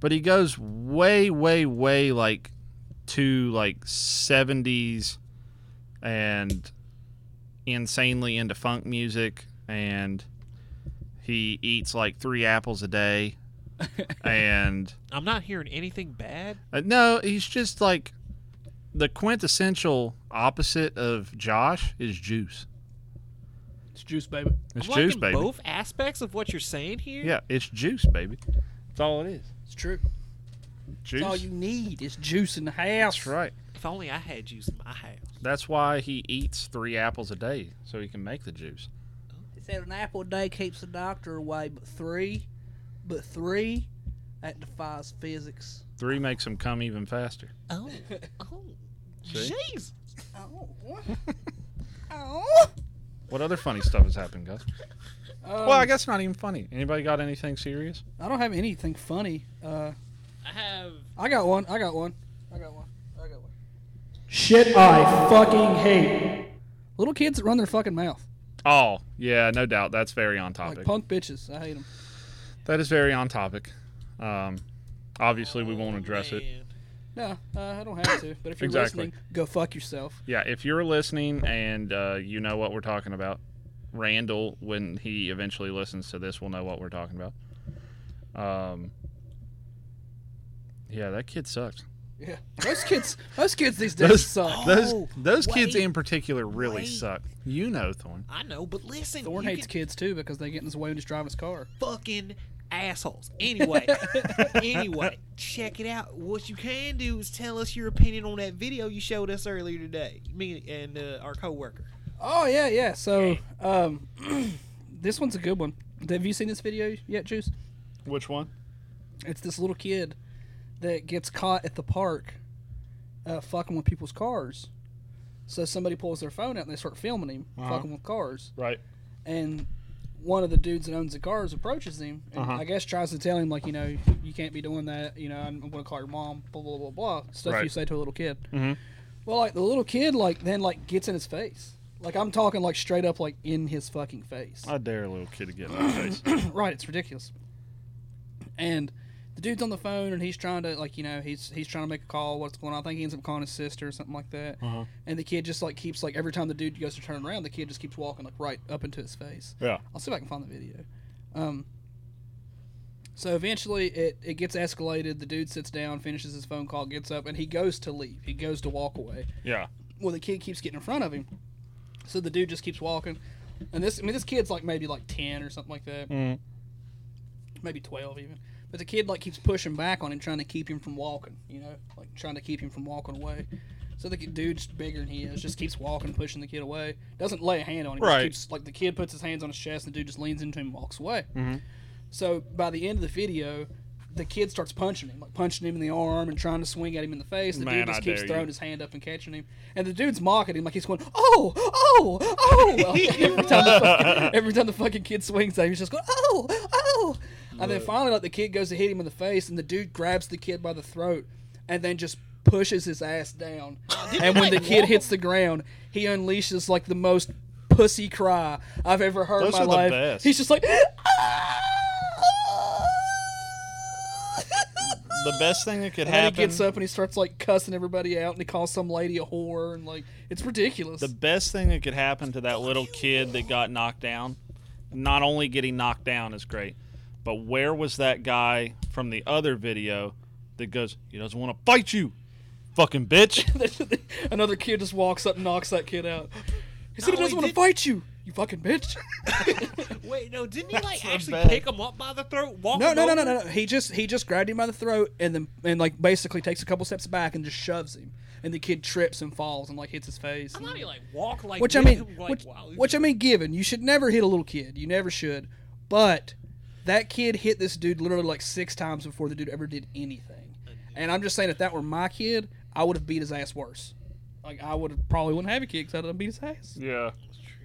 But he goes way, way, way like to like seventies and insanely into funk music, and he eats like three apples a day, and I'm not hearing anything bad. uh, no, he's just like the quintessential opposite of Josh is juice. It's juice, baby. It's I'm juice, liking baby. both aspects of what you're saying here. Yeah, it's juice, baby. That's all it is. It's true. Juice. It's all you need. It's juice in the house. That's right. If only I had juice in my house. That's why he eats three apples a day so he can make the juice. They said an apple a day keeps the doctor away, but three, but three, that defies physics. Three makes him come even faster. Oh, oh, See? jeez. Oh. oh. What other funny stuff has happened, guys? well, I guess not even funny. Anybody got anything serious? I don't have anything funny. Uh, I have. I got one. I got one. I got one. I got one. Shit, I fucking hate little kids that run their fucking mouth Oh, yeah, no doubt. That's very on like topic. punk bitches. I hate them. that is very on topic. Um, obviously, we won't address it. Man. No, uh, I don't have to. But if you're Exactly. listening, go fuck yourself. Yeah, if you're listening and uh, you know what we're talking about, Randall, when he eventually listens to this, will know what we're talking about. Um, yeah, that kid sucks. Yeah, those kids. those kids these days Those, suck. those, Oh, those kids wait, in particular really wait. suck. You know, Thorn. I know, but listen. Thorn you hates can- kids too because they get in his way and just drive his car. fucking assholes. Anyway, anyway, check it out. What you can do is tell us your opinion on that video you showed us earlier today, me and uh, our coworker. Oh yeah, yeah. So um, this one's a good one. Have you seen this video yet, Juice? Which one? It's this little kid that gets caught at the park uh, fucking with people's cars. So somebody pulls their phone out and they start filming him Uh-huh. fucking with cars. Right. And one of the dudes that owns the cars approaches him and I guess tries to tell him like, you know, you can't be doing that. You know, I'm, going to call your mom. Blah blah blah blah. Stuff you Right. say to a little kid. Well, like the little kid, like then like gets in his face. Like I'm talking like straight up like in his fucking face. I dare a little kid to get in my face. right, it's ridiculous. And the dude's on the phone and he's trying to like you know he's he's trying to make a call. What's going on? I think he ends up calling his sister or something like that. And the kid just like keeps like every time the dude goes to turn around, the kid just keeps walking like right up into his face. Yeah. I'll see if I can find the video. Um, so eventually it, it gets escalated. The dude sits down, finishes his phone call, gets up, and he goes to leave. He goes to walk away. Yeah. Well, the kid keeps getting in front of him. So the dude just keeps walking. And this, I mean, this kid's like maybe like 10 or something like that. Mm. Maybe 12 even. But the kid like keeps pushing back on him, trying to keep him from walking, you know, like trying to keep him from walking away. So the kid- dude's bigger than he is, just keeps walking, pushing the kid away. Doesn't lay a hand on him. just Right. keeps- like the kid puts his hands on his chest and the dude just leans into him and walks away. So by the end of the video, the kid starts punching him, like punching him in the arm and trying to swing at him in the face. The Man, dude just I keeps dare throwing you. his hand up and catching him, and the dude's mocking him like he's going, "Oh, oh, oh!" Like, every, time the fucking, every time the fucking kid swings at him, he's just going, "Oh, oh!" And then finally, like the kid goes to hit him in the face, and the dude grabs the kid by the throat, and then just pushes his ass down. and when the kid hits the ground, he unleashes like the most pussy cry I've ever heard in Those my are the life. best. He's just like. The best thing that could And then happen. he gets up and he starts like cussing everybody out, and he calls some lady a whore, and like it's ridiculous. The best thing that could happen to that little kid that got knocked down, not only getting knocked down is great, but where was that guy from the other video that goes, he doesn't want to fight you, fucking bitch? Another kid just walks up and knocks that kid out. He said he No, doesn't he want to did- fight you, you fucking bitch. Wait, no, didn't he like so actually bad. pick him up by the throat? Walk No, him no, no, over? no, no, no. He just he just grabbed him by the throat and then and like basically takes a couple steps back and just shoves him, and the kid trips and falls and like hits his face. I and- thought he like walk like which I with mean, him, like, which, while he which I mean, given you should never hit a little kid, you never should. But that kid hit this dude literally like six times before the dude ever did anything. And I'm just saying, if that were my kid, I would have beat his ass worse. Like I would have probably wouldn't have a kid because I'd have beat his ass. Yeah.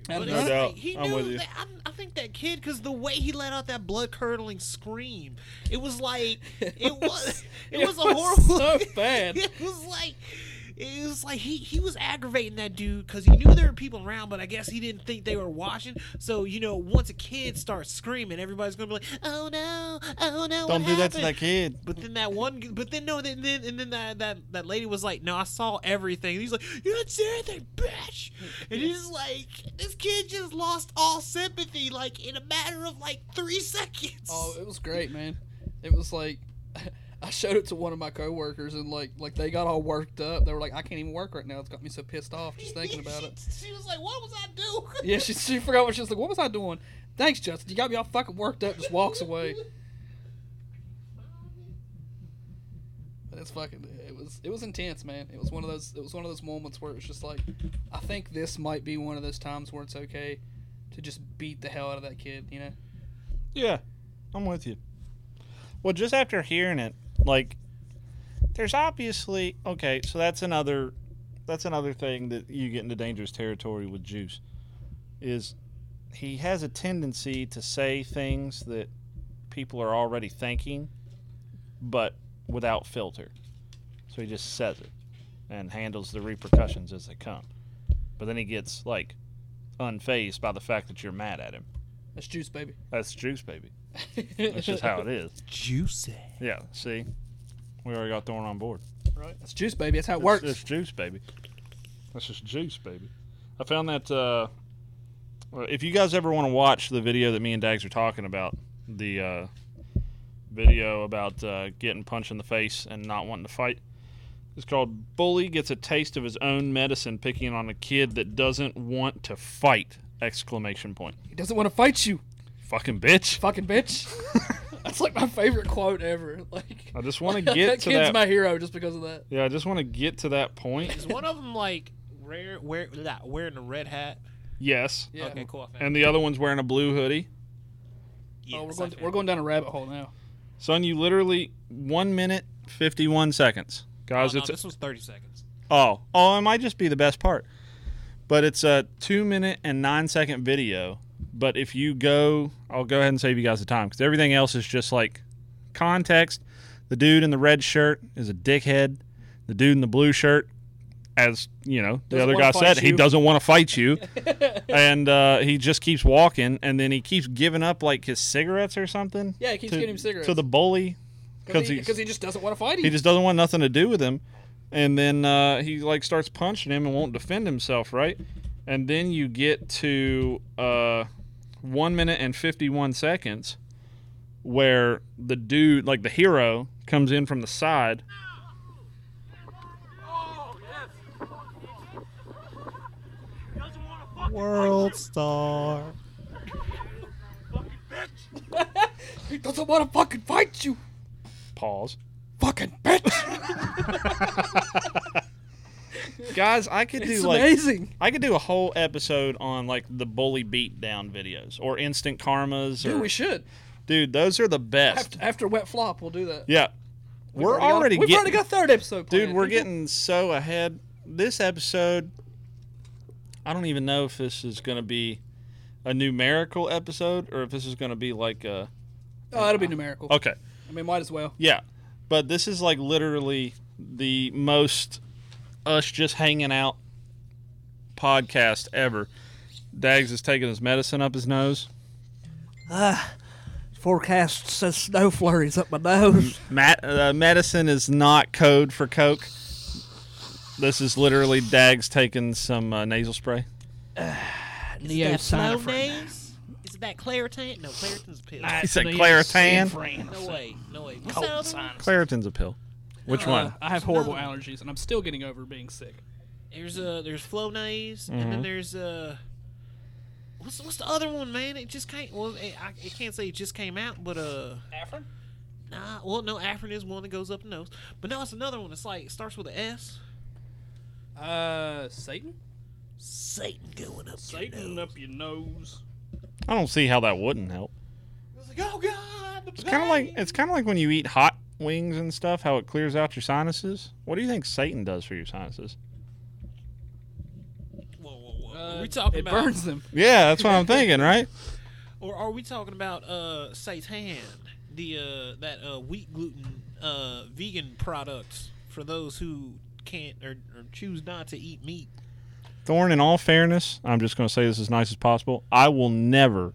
I'd have But he- No done it. doubt. He knew I'm with you. That, I, I think that kid, because the way he let out that blood curdling scream, it was like it was it, was, a horrible. so bad. it was like it was like he he was aggravating that dude because he knew there were people around, but I guess he didn't think they were watching. So you know, once a kid starts screaming, everybody's gonna be like, "Oh no, oh no!" Don't what do that to happened?" that kid. But then that one, but then no, then then and then that that that lady was like, "No, I saw everything." And he's like, "You didn't see anything, bitch!" And he's like, "This kid just lost all sympathy, like in a matter of like three seconds." Oh, it was great, man. It was like I showed it to one of my coworkers, and like like they got all worked up. They were like, "I can't even work right now. It's got me so pissed off just thinking about she, it." She was like, "What was I doing?" Yeah, she, she forgot what she was like. What was I doing? Thanks, Justin. You got me all fucking worked up. Just walks away. But It's fucking. It was. It was intense, man. It was one of those. It was one of those moments where it was just like, I think this might be one of those times where it's okay to just beat the hell out of that kid. You know? Yeah, I'm with you. Well, just after hearing it, like, there's obviously okay. So that's another, that's another thing that you get into dangerous territory with Juice, is he has a tendency to say things that people are already thinking, but without filter. So he just says it, and handles the repercussions as they come. But then he gets like unfazed by the fact that you're mad at him. That's juice, baby. That's Juice, baby. That's just how it is. Juicy. Yeah. See, we already got thrown on board. That's juice, baby. That's how it It's- works. It's, juice, baby. That's just juice, baby. I found that uh, well, if you guys ever want to watch the video that me and Dags are talking about, the uh, video about uh, getting punched in the face and not wanting to fight, it's called "Bully Gets a Taste of His Own Medicine Picking on a Kid That Doesn't Want to Fight!" Exclamation point. He doesn't want to fight you, Fucking bitch. fucking bitch. That's like my favorite quote ever. Like. I just want to get that to kid's that. my hero just because of that. yeah, I just want to get to that point. Is one of them like rare, wear, that, wearing a red hat? Yes. Yeah. Okay, cool. I found And it. the other one's wearing a blue hoodie. Yes, oh, we're I going, found we're it. going down a rabbit hole now. Son, you literally one minute fifty one seconds, Oh, guys. no, it's this was 30 seconds. oh oh, it might just be the best part, but it's a two minute and nine second video. But if you go, I'll go ahead and save you guys the time because everything else is just like context. The dude in the red shirt is a dickhead. The dude in the blue shirt, as you know, the Doesn't other guy wanna fight said, he you. doesn't want to fight you, and uh, he just keeps walking, and then he keeps giving up like his cigarettes or something. Yeah, he keeps to- getting him cigarettes. to the bully because he, he, because he just doesn't want to fight him. he just doesn't want nothing to do with him. And then uh, he like starts punching him and won't defend himself, right? And then you get to uh, one minute and fifty one seconds, where the dude, like the hero, comes in from the side. World star. he doesn't want to fucking fight you, Pause. fucking bitch. Guys, I could It's do like amazing. I could do a whole episode on like the bully beatdown videos or instant karmas. Dude, or, we should. dude, those are the best. After, after wet flop, we'll do that. Yeah, we're got- already we've getting, already got a third episode. dude planned. we're getting so ahead this episode i don't even know if this is going to be a numerical episode or if this is going to be like a Oh, it'll be numerical. okay I mean, might as well. yeah but this is like literally the most us just hanging out podcast ever dags is taking his medicine up his nose Forecast says snow flurries up my nose. Matt, uh, medicine is not code for coke this is literally dags taking some uh, nasal spray Is it that slow Neosinophrine. days? Is it that Claritin? No, Claritin's a pill. he said claritin No way. No way. What's that other one? Claritin's a pill. Which one? I have horrible allergies, and I'm still getting over being sick. There's uh there's Flonase, and Mm-hmm. then there's uh what's what's the other one, man? It just came. Well, it, I it can't say it just came out, but uh Afrin? nah. Well, no, Afrin is one that goes up the nose, but no, it's another one. It's like it starts with an S. Uh, Satan? Satan going up. Satan up your nose. I don't see how that wouldn't help. oh God! It's kind of like it's kind of like when you eat hot wings and stuff, how it clears out your sinuses. What do you think Satan does for your sinuses? Whoa, whoa, whoa. are we talking it about? burns them. Yeah, that's what I'm thinking, right? Or are we talking about uh Satan, the uh that uh wheat gluten uh vegan products for those who can't or, or choose not to eat meat? Thorn, in all fairness, I'm just going to say this as nice as possible. I will never,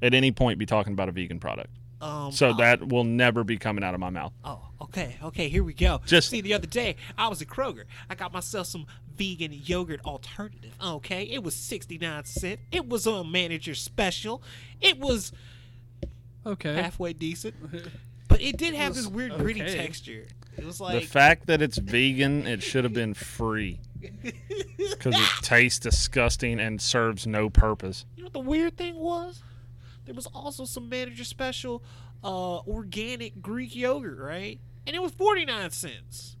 at any point, be talking about a vegan product. Um, So I- that will never be coming out of my mouth. Oh, okay, okay, here we go. Just- see the other day, I was at Kroger. I got myself some vegan yogurt alternative. Okay, it was sixty nine cent. It was on manager special. It was Okay. halfway decent, but it did have this weird gritty okay. texture. It was The like fact that it's vegan, it should have been free because it tastes disgusting and serves no purpose. you know what the weird thing was? There was also some manager special, uh, organic Greek yogurt, right? And it was forty nine cents.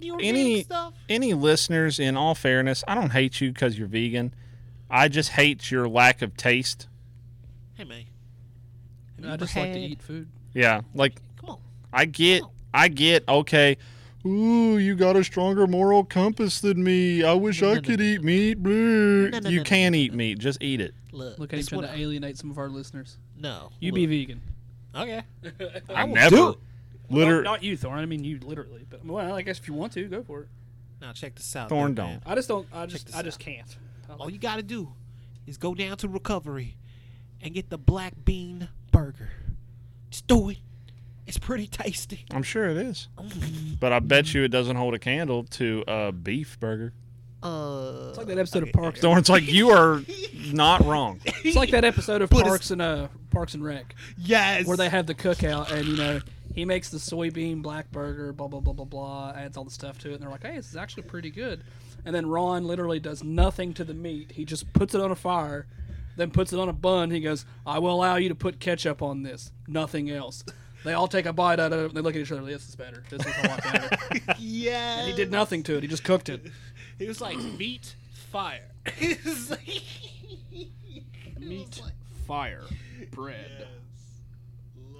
The organic Any- stuff. any listeners, in all fairness, I don't hate you because you're vegan. I just hate your lack of taste. Hey man, I just like to eat food. Yeah, like come on. I get, I get. Okay, ooh, you got a stronger moral compass than me. I wish I could eat meat. Brr. no, you no, can eat meat. Just eat it. Look, Look at it's each trying what to I- alienate some of our listeners. No. You look. be vegan. Okay. I, never. Literally, Not you, Thorn. I mean you, literally. But well, I guess if you want to, go for it. Now check this out. Thorn though, man. don't. I just don't. I just. this I just can't. I All like- you gotta do is go down to recovery and get the black bean burger. Just do it. It's pretty tasty. I'm sure it is, but I bet you it doesn't hold a candle to a beef burger. Uh, It's like that episode of Parks. Thorn's like, you are not wrong. It's like that episode of But it's- Parks and uh, Parks and Rec, yes. where they have the cookout, and you know he makes the soybean black burger, blah blah blah blah blah, adds all the stuff to it, and they're like, hey, this is actually pretty good. And then Ron literally does nothing to the meat. He just puts it on a fire, then puts it on a bun. He goes, I will allow you to put ketchup on this, nothing else. They all take a bite out of it. and They look at each other. This is better. This is a lot better. yeah. he did nothing to it. He just cooked it. It was like meat, fire. It's like- Meat, fire, bread. Yes.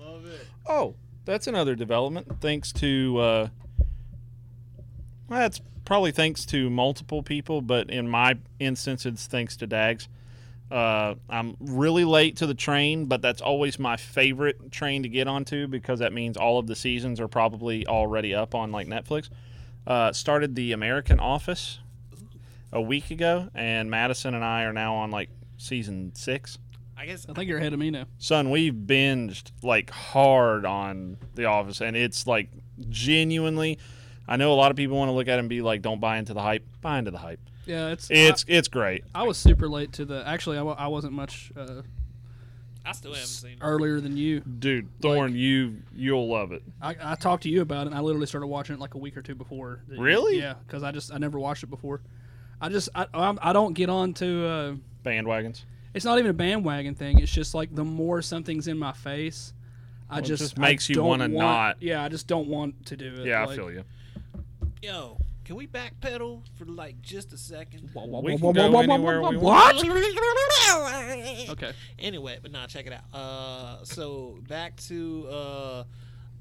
Love it. Oh, that's another development. Thanks to uh, well, that's probably thanks to multiple people, but in my instance, it's thanks to Dags. Uh, I'm really late to the train, but that's always my favorite train to get onto because that means all of the seasons are probably already up on like Netflix. Uh, started the American Office a week ago, and Madison and I are now on like season six. I guess I think you're ahead of me now. Son, we've binged like hard on The Office, and it's like genuinely. I know a lot of people want to look at it and be like, "Don't buy into the hype." Buy into the hype. Yeah, it's It's it's great. I, I was super late to the. Actually, I, wa- I wasn't much uh, I still haven't seen. it. earlier than you. Dude, Thorn, you you'll love it. I, I talked to you about it. and I literally started watching it like a week or two before. that you- Really? Yeah, because I just I never watched it before. I just I I'm, I don't get on to. Uh, Bandwagons. it's not even a bandwagon thing. It's just like the more something's in my face, I it just just I makes you don't wanna want- not- Yeah, I just don't want to do it. Yeah, I Like, feel you. Yo, can we backpedal for like just a second? wah, wah, We wah, wah, can go wah, wah, anywhere wah, we wah. want. Okay. Anyway, but now nah, check it out. Uh, so back to uh,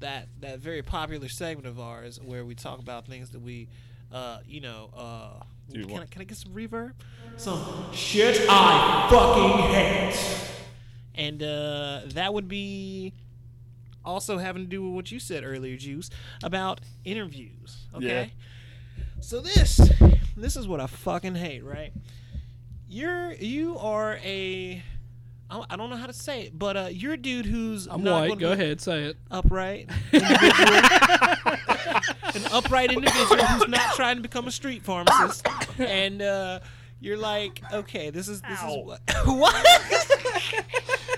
that that very popular segment of ours where we talk about things that we, uh, you know, uh, Dude, can what- I, can I get some reverb? Some shit I fucking hate. And uh, that would be also having to do with what you said earlier, Juice, about interviews. Okay. So this this is what I fucking hate, right? You're you are a I I don't know how to say it, but uh, you're a dude who's I'm not white. gonna Go be ahead, say it. upright individual, an upright individual who's not trying to become a street pharmacist, and uh, you're like, okay, this is this Ow. is what what.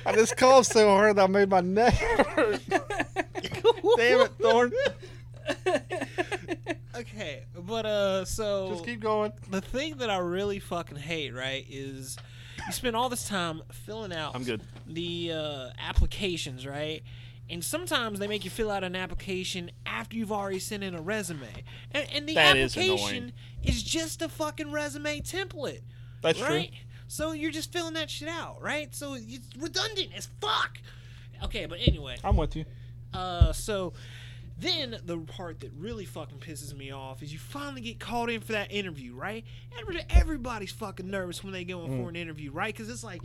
I just coughed so hard that I made my neck hurt. Damn it, Thorn. Okay, but uh, so going. the thing that I really fucking hate, right, is you spend all this time filling out I'm good. the uh, applications, right? And sometimes they make you fill out an application after you've already sent in a resume. And, and the That is application is, just a fucking resume template. That's true. right? So you're just filling that shit out, right? So it's redundant as fuck. Okay, but anyway. I'm with you. Uh, so then the part that really fucking pisses me off is you finally get called in for that interview, right? Every- Everybody's fucking nervous when they go Mm. in for an interview, right? Because it's like,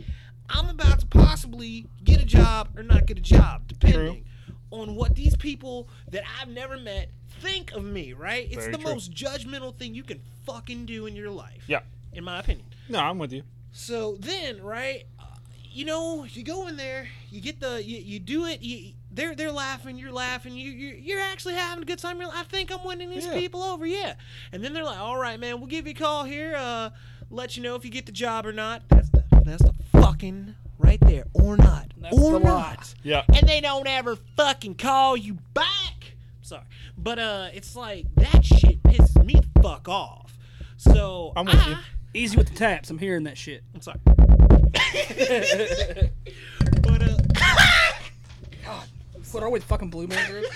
I'm about to possibly get a job or not get a job, depending on what these people that I've never met think of me, right? It's Very the true. most judgmental thing you can fucking do in your life. Yeah. In my opinion. No, I'm with you. So then, right, uh, you know, you go in there, you get the, you, you do it. You, they're they're laughing, you're laughing, you you're, you're actually having a good time. You're, like, I think I'm winning these Yeah. people over, yeah. And then they're like, all right, man, we'll give you a call here, uh, let you know if you get the job or not. That's the that's the fucking right there, or not, That's or the lot. not Yeah. and they don't ever fucking call you back. Sorry, but uh, it's like that shit pisses me the fuck off. So I'm with I- you. Easy with the taps. I'm hearing that shit. I'm sorry. but uh, What are we, the fucking Blue Man Group?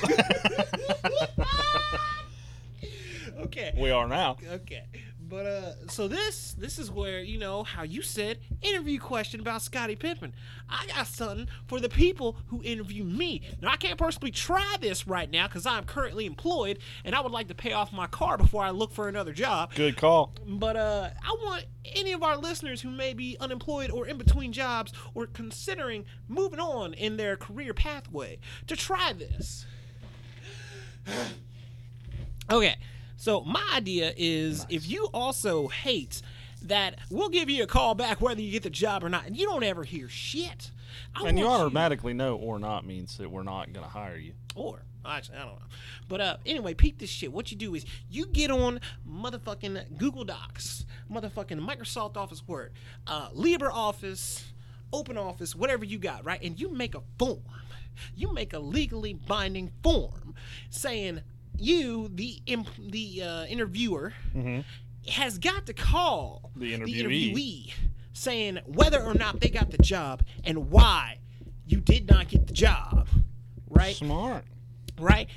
okay, We are now. okay. But uh, so this this is where you know how you said interview question about Scottie Pippen. I got something for the people who interview me. Now I can't personally try this right now because I'm currently employed and I would like to pay off my car before I look for another job. Good call. But uh, I want any of our listeners who may be unemployed or in between jobs or considering moving on in their career pathway to try this. okay, so my idea is if you also hate that, we'll give you a call back whether you get the job or not, and you don't ever hear shit. I And you want automatically know or not means that we're not going to hire you. or actually, I don't know. But uh, anyway, peep this shit. What you do is you get on motherfucking Google Docs, motherfucking Microsoft Office Word, uh, LibreOffice, Open Office, whatever you got, right? And you make a form. You make a legally binding form saying you, the imp- the uh, interviewer, has got to call Mm-hmm. The the interviewee. interviewee saying whether or not they got the job and why you did not get the job, right? Smart. right?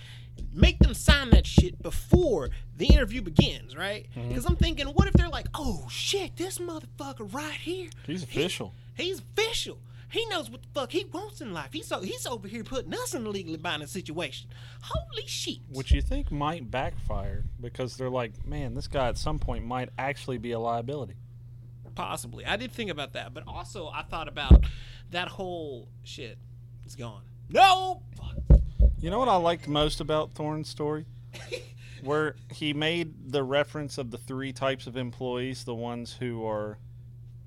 make them sign that shit before the interview begins, right? Mm-hmm. Because I'm thinking, what if they're like, oh shit, this motherfucker right here, He's official. he's official. He knows what the fuck he wants in life. He's so he's over here putting us in a legally binding situation. Holy shit! Which you think might backfire because they're like, man, this guy at some point might actually be a liability. Possibly, I did think about that, but also I thought about that whole shit. It's gone. No, fuck. You know what I liked most about Thorne's story? Where he made the reference of the three types of employees the ones who are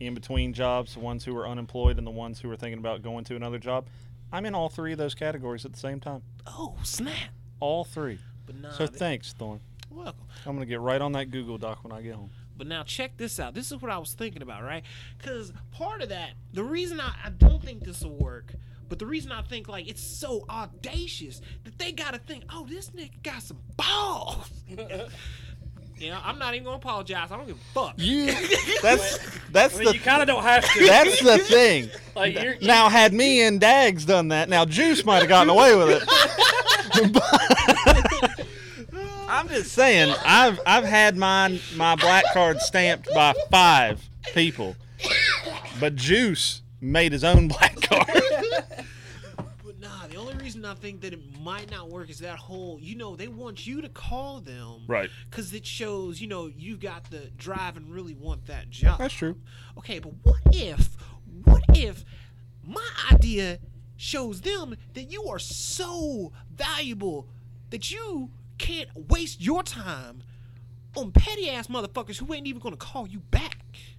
in between jobs, the ones who are unemployed, and the ones who are thinking about going to another job. I'm in all three of those categories at the same time. Oh snap! All three. But nah, So they- thanks, Thorne. welcome. I'm going to get right on that Google Doc when I get home. But now check this out. This is what I was thinking about, right? Because part of that, the reason I, I don't think this will work, but the reason I think like it's so audacious that they gotta think, oh, this nigga got some balls. you know, I'm not even gonna apologize. I don't give a fuck. You, that's that's I mean, you kind of don't have to. that's the thing. like, you're, Now, had me and Dags done that, now Juice might have gotten away with it. I'm just saying, I've I've had mine my black card stamped by five people, but Juice made his own black card. But nah, the only reason I think that it might not work is that whole, you know, they want you to call them. Right. Because it shows, you know, you've got the drive and really want that job. true. Okay, but what if, what if my idea shows them that you are so valuable that you can't waste your time on petty ass motherfuckers who ain't even gonna call you back?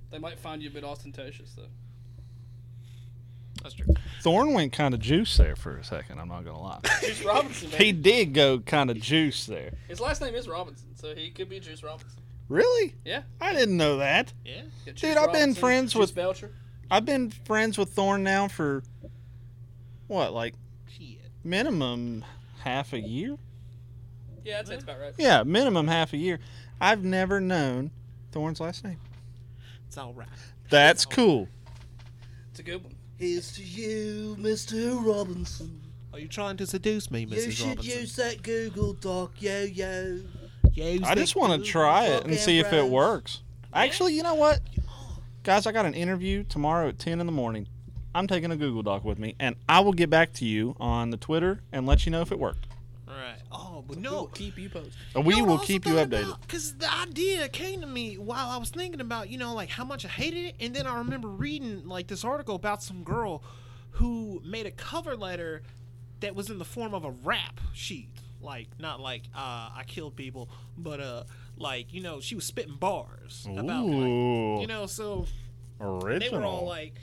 they might find you a bit ostentatious though. That's true. Thorn went kind of Juice there for a second. I'm not gonna lie. Juice Robinson. He Man. did go kind of Juice there. His last name is Robinson, so he could be Juice Robinson. Really? Yeah. I didn't know that. Yeah. yeah Juice Dude, I've been Robinson, friends Juice with- Belcher. I've been friends with Thorn now for what, like Shit. minimum half a year? Yeah, that's, that's about right. Yeah, minimum half a year. I've never known Thorne's last name. It's all right. That's cool. It's a good one. Here's to you, Mr. Robinson. Are you trying to seduce me, Mrs. you should Robinson? use that Google Doc, yo yo. Use I the just want Google to try it and Goddamn see if it right. works. Actually, you know what? Guys, I got an interview tomorrow at 10 in the morning. I'm taking a Google Doc with me, and I will get back to you on the Twitter and let you know if it worked. Right. Oh, but We'll no. keep you posted. And We will keep you updated. Because the idea came to me while I was thinking about, you know, like how much I hated it. And then I remember reading, like, this article about some girl who made a cover letter that was in the form of a rap sheet. Like, not like, uh, I killed people, but, uh, like, you know, she was spitting bars about, like, Ooh, you know, so they were all original. like,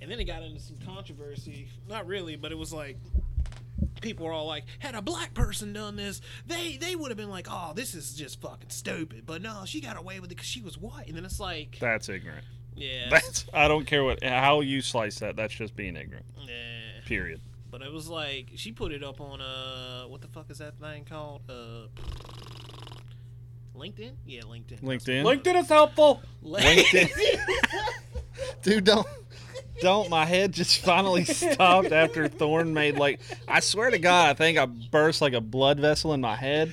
and then it got into some controversy. Not really, but it was like people were all like, had a black person done this, they they would have been like, oh, this is just fucking stupid. But no, she got away with it because she was white. And then it's like, That's ignorant. yeah, That's I don't care what how you slice that. That's just being ignorant. yeah. Period. But it was like she put it up on uh, what the fuck is that thing called? Uh, LinkedIn? Yeah, LinkedIn. LinkedIn. LinkedIn is helpful. LinkedIn. Dude, don't don't my head just finally stopped after Thorn made like I swear to God, I think I burst like a blood vessel in my head.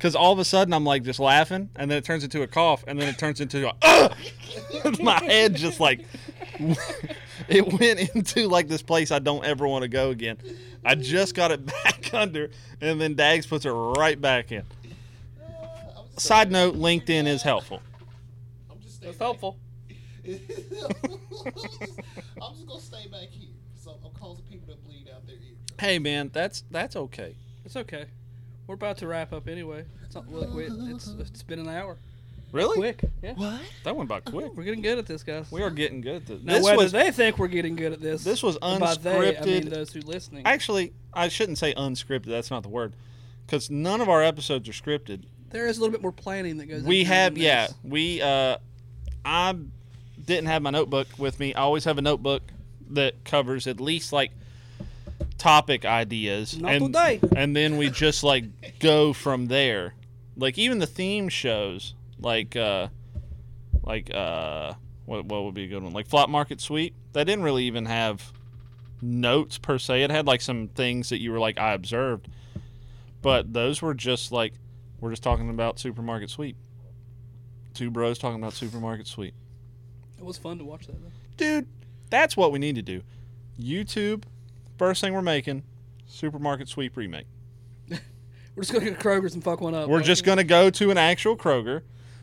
Cause all of a sudden I'm like just laughing, and then it turns into a cough, and then it turns into a Ugh! my head just like it went into like this place I don't ever want to go again. I just got it back under, and then Dags puts it right back in. Side note: LinkedIn is helpful. I'm just It's helpful. I'm just gonna stay back here because I'm, I'm causing people to bleed out their ears. Hey man, that's that's okay. It's okay. We're about to wrap up anyway. It's not like we- it's it's been an hour. Really? Quick. Yeah. What? That went by quick. We're getting good at this, guys. We are getting good. At this. Now, this whether was they think we're getting good at this, this was and by they, I mean unscripted. those who listening. actually I shouldn't say unscripted. That's not the word, because none of our episodes are scripted. there is a little bit more planning that goes. We into have doing yeah. this. We uh, I didn't have my notebook with me. I always have a notebook that covers at least like topic ideas. Not and, today. And then we just like go from there. Like even the theme shows, like uh, like uh, what what would be a good one? Like Flop Market Sweep. That didn't really even have notes per se. It had like some things that you were like I observed. But those were just like we're just talking about supermarket sweep. Two bros talking about supermarket sweep. It was fun to watch that. Though. Dude, that's what we need to do. YouTube, first thing we're making, supermarket sweep remake. We're just gonna go to Kroger's and fuck one up. We're like, just going to go to an actual Kroger.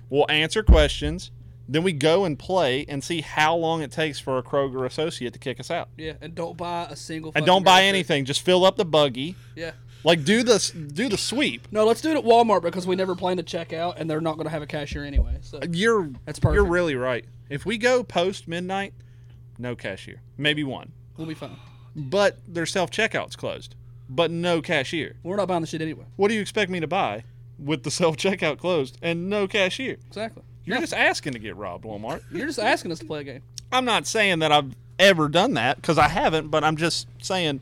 We'll answer questions. Then we go and play and see how long it takes for a Kroger associate to kick us out. Yeah, and don't buy a single. And fucking don't buy grocery. anything. Just fill up the buggy. Yeah. Like do the do the sweep. No, let's do it at Walmart because we never plan to check out, and they're not gonna have a cashier anyway. So You're That's You're perfect. really right. If we go post midnight, no cashier. Maybe one. we'll be fine. But their self checkout's closed. But no cashier. We're not buying the shit anyway. What do you expect me to buy with the self checkout closed and no cashier? Exactly. You're just asking to get robbed, Walmart. You're just asking us to play a game. I'm not saying that I've ever done that because I haven't, but I'm just saying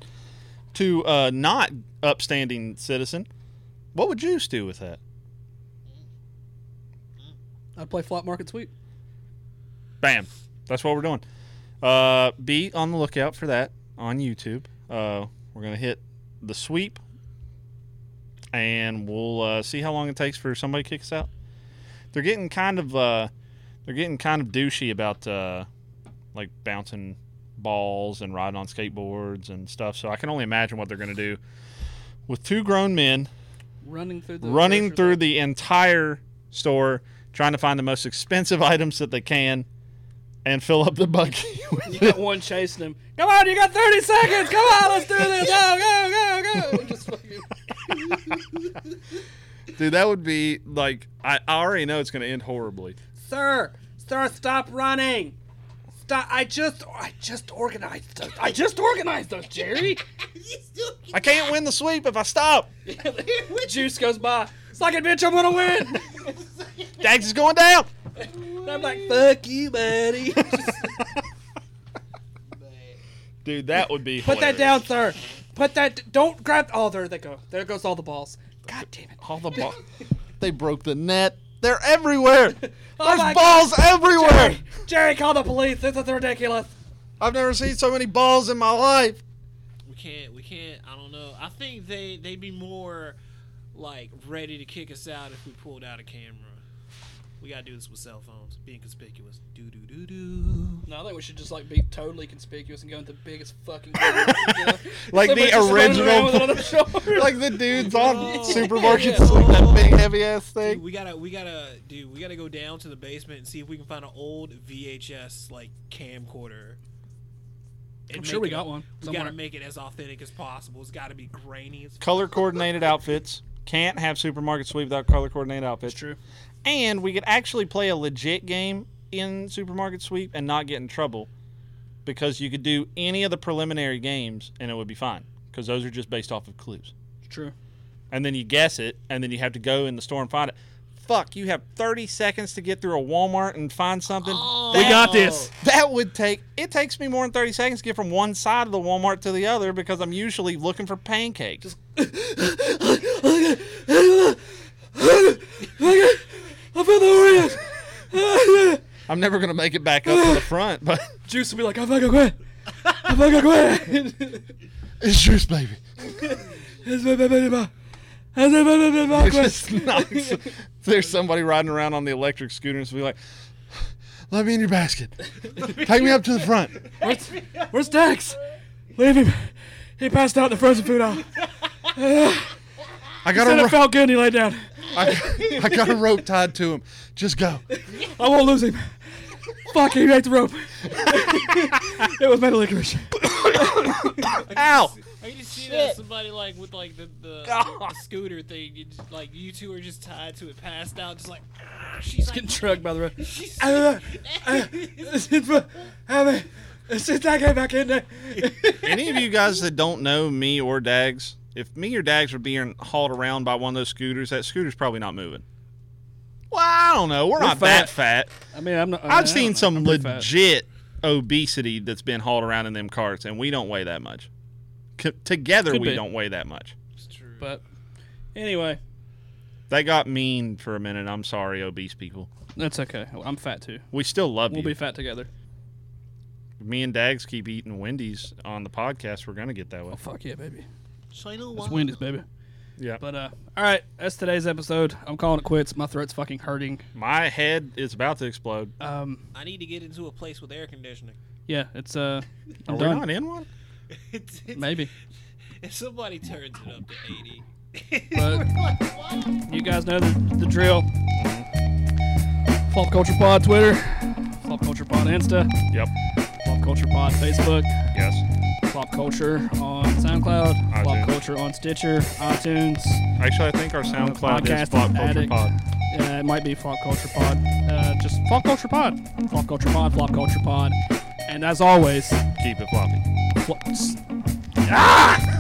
to uh, not upstanding citizen, what would Juice do with that? I'd play Flop Market Sweep. Bam. That's what we're doing. Uh, be on the lookout for that on YouTube. Uh, we're going to hit the sweep and we'll uh, see how long it takes for somebody to kick us out. They're getting kind of uh, they're getting kind of douchey about uh, like bouncing balls and riding on skateboards and stuff. So I can only imagine what they're going to do with two grown men Running through the running grocery through store. the entire store trying to find the most expensive items that they can and fill up the buggy. with- You got one chasing him. Come on, you got 30 seconds. Come on, let's do this. Go, go, go, go. Just fucking, Dude, that would be like I, I already know it's going to end horribly. sir, sir, stop running. Stop. I just, I just organized those. I just organized those, Jerry. I can't win the sweep if I stop. Juice goes by. Suck it, bitch. I'm gonna win. Dax is going down. And I'm like, fuck you, buddy. Just Dude, that would be put that hilarious. down, sir. Put that. Don't grab. Oh, there they go. There goes all the balls. God damn it. All the ball. they broke the net. They're everywhere. Oh my There's balls everywhere. Jerry, Jerry, call the police. This is ridiculous. I've never seen so many balls in my life. We can't. We can't. I don't know. I think they they'd be more like ready to kick us out if we pulled out a camera. We gotta do this with cell phones. Being conspicuous. Do do do do. No, I think we should just like be totally conspicuous and go into the biggest fucking. Like the original- like Like the dudes on Oh. supermarkets Yeah. like that big heavy ass Dude, thing. we gotta we gotta dude. We gotta go down to the basement and see if we can find an old VHS like camcorder. and I'm sure make we it- got one We somewhere. gotta make it as authentic as possible. It's gotta be grainy as Color coordinated outfits. Can't have supermarket sweep without color coordinated outfits. true. And we could actually play a legit game in supermarket sweep and not get in trouble because you could do any of the preliminary games and it would be fine because those are just based off of clues. True. And then you guess it and then you have to go in the store and find it. Fuck, you have 30 seconds to get through a Walmart and find something. We got this. That would take it takes me more than 30 seconds to get from one side of the Walmart to the other because I'm usually looking for pancakes. I feel the orange. I'm never going to make it back up to the front, but Juice will be like, I fucking quit. I fucking quit. it's juice baby. It's my baby, my- it's my baby, my It's quit. just nuts. There's somebody riding around on the electric scooter and be like, "Let me in your basket. Take me up to the front." Where's, where's Dax? Leave him. He passed out in the frozen food aisle. I got Said a it ro- felt good and he laid down. I, I got a rope tied to him. Just go. I won't lose him. Fuck, he ate the rope. it was made of licorice. Ow! I can just see that somebody like with like the, the, the scooter thing, you just, like you two are just tied to it, passed out, just like "Ah," she's like, Getting drugged by the rope. she's Uh, Since I came back in there, Any of you guys that don't know me or Dags, if me or Dags were being hauled around by one of those scooters, that scooter's probably not moving. Well, I don't know. We're, not that fat. I mean, I'm not. I mean, I I've don't seen know. I'm some pretty fat. legit obesity that's been hauled around in them carts, and we don't weigh that much. C- together, Could we be. don't weigh that much. true. But anyway, They got mean for a minute. I'm sorry, obese people. that's okay. I'm fat too. We still love We'll you. be fat together. Me and Dags keep Oh. eating Wendy's on the podcast. We're gonna get that way. Fuck yeah, baby. China It's Wendy's, baby. Yeah. But uh, all right, that's today's episode. I'm calling it quits. My throat's fucking hurting. My head is about to explode. Um, I need to get into a place with air conditioning. yeah, it's uh, I'm Are we done. not in one? It's- it's- Maybe. If somebody turns it up to 80. But you guys know the, the drill. Flop Culture Pod Twitter, Flop Culture Pod Insta, Yep. Flop Culture Pod Facebook, Yes. Flop Culture on SoundCloud, iTunes. Flop Culture on Stitcher, iTunes. Actually, I think our SoundCloud podcast is Flop Culture addict. Pod. Yeah, Uh, it might be Flop Culture Pod. Uh, just Flop Culture Pod, Flop Culture Pod, Flop Culture Pod. And as always, Keep it floppy. flops.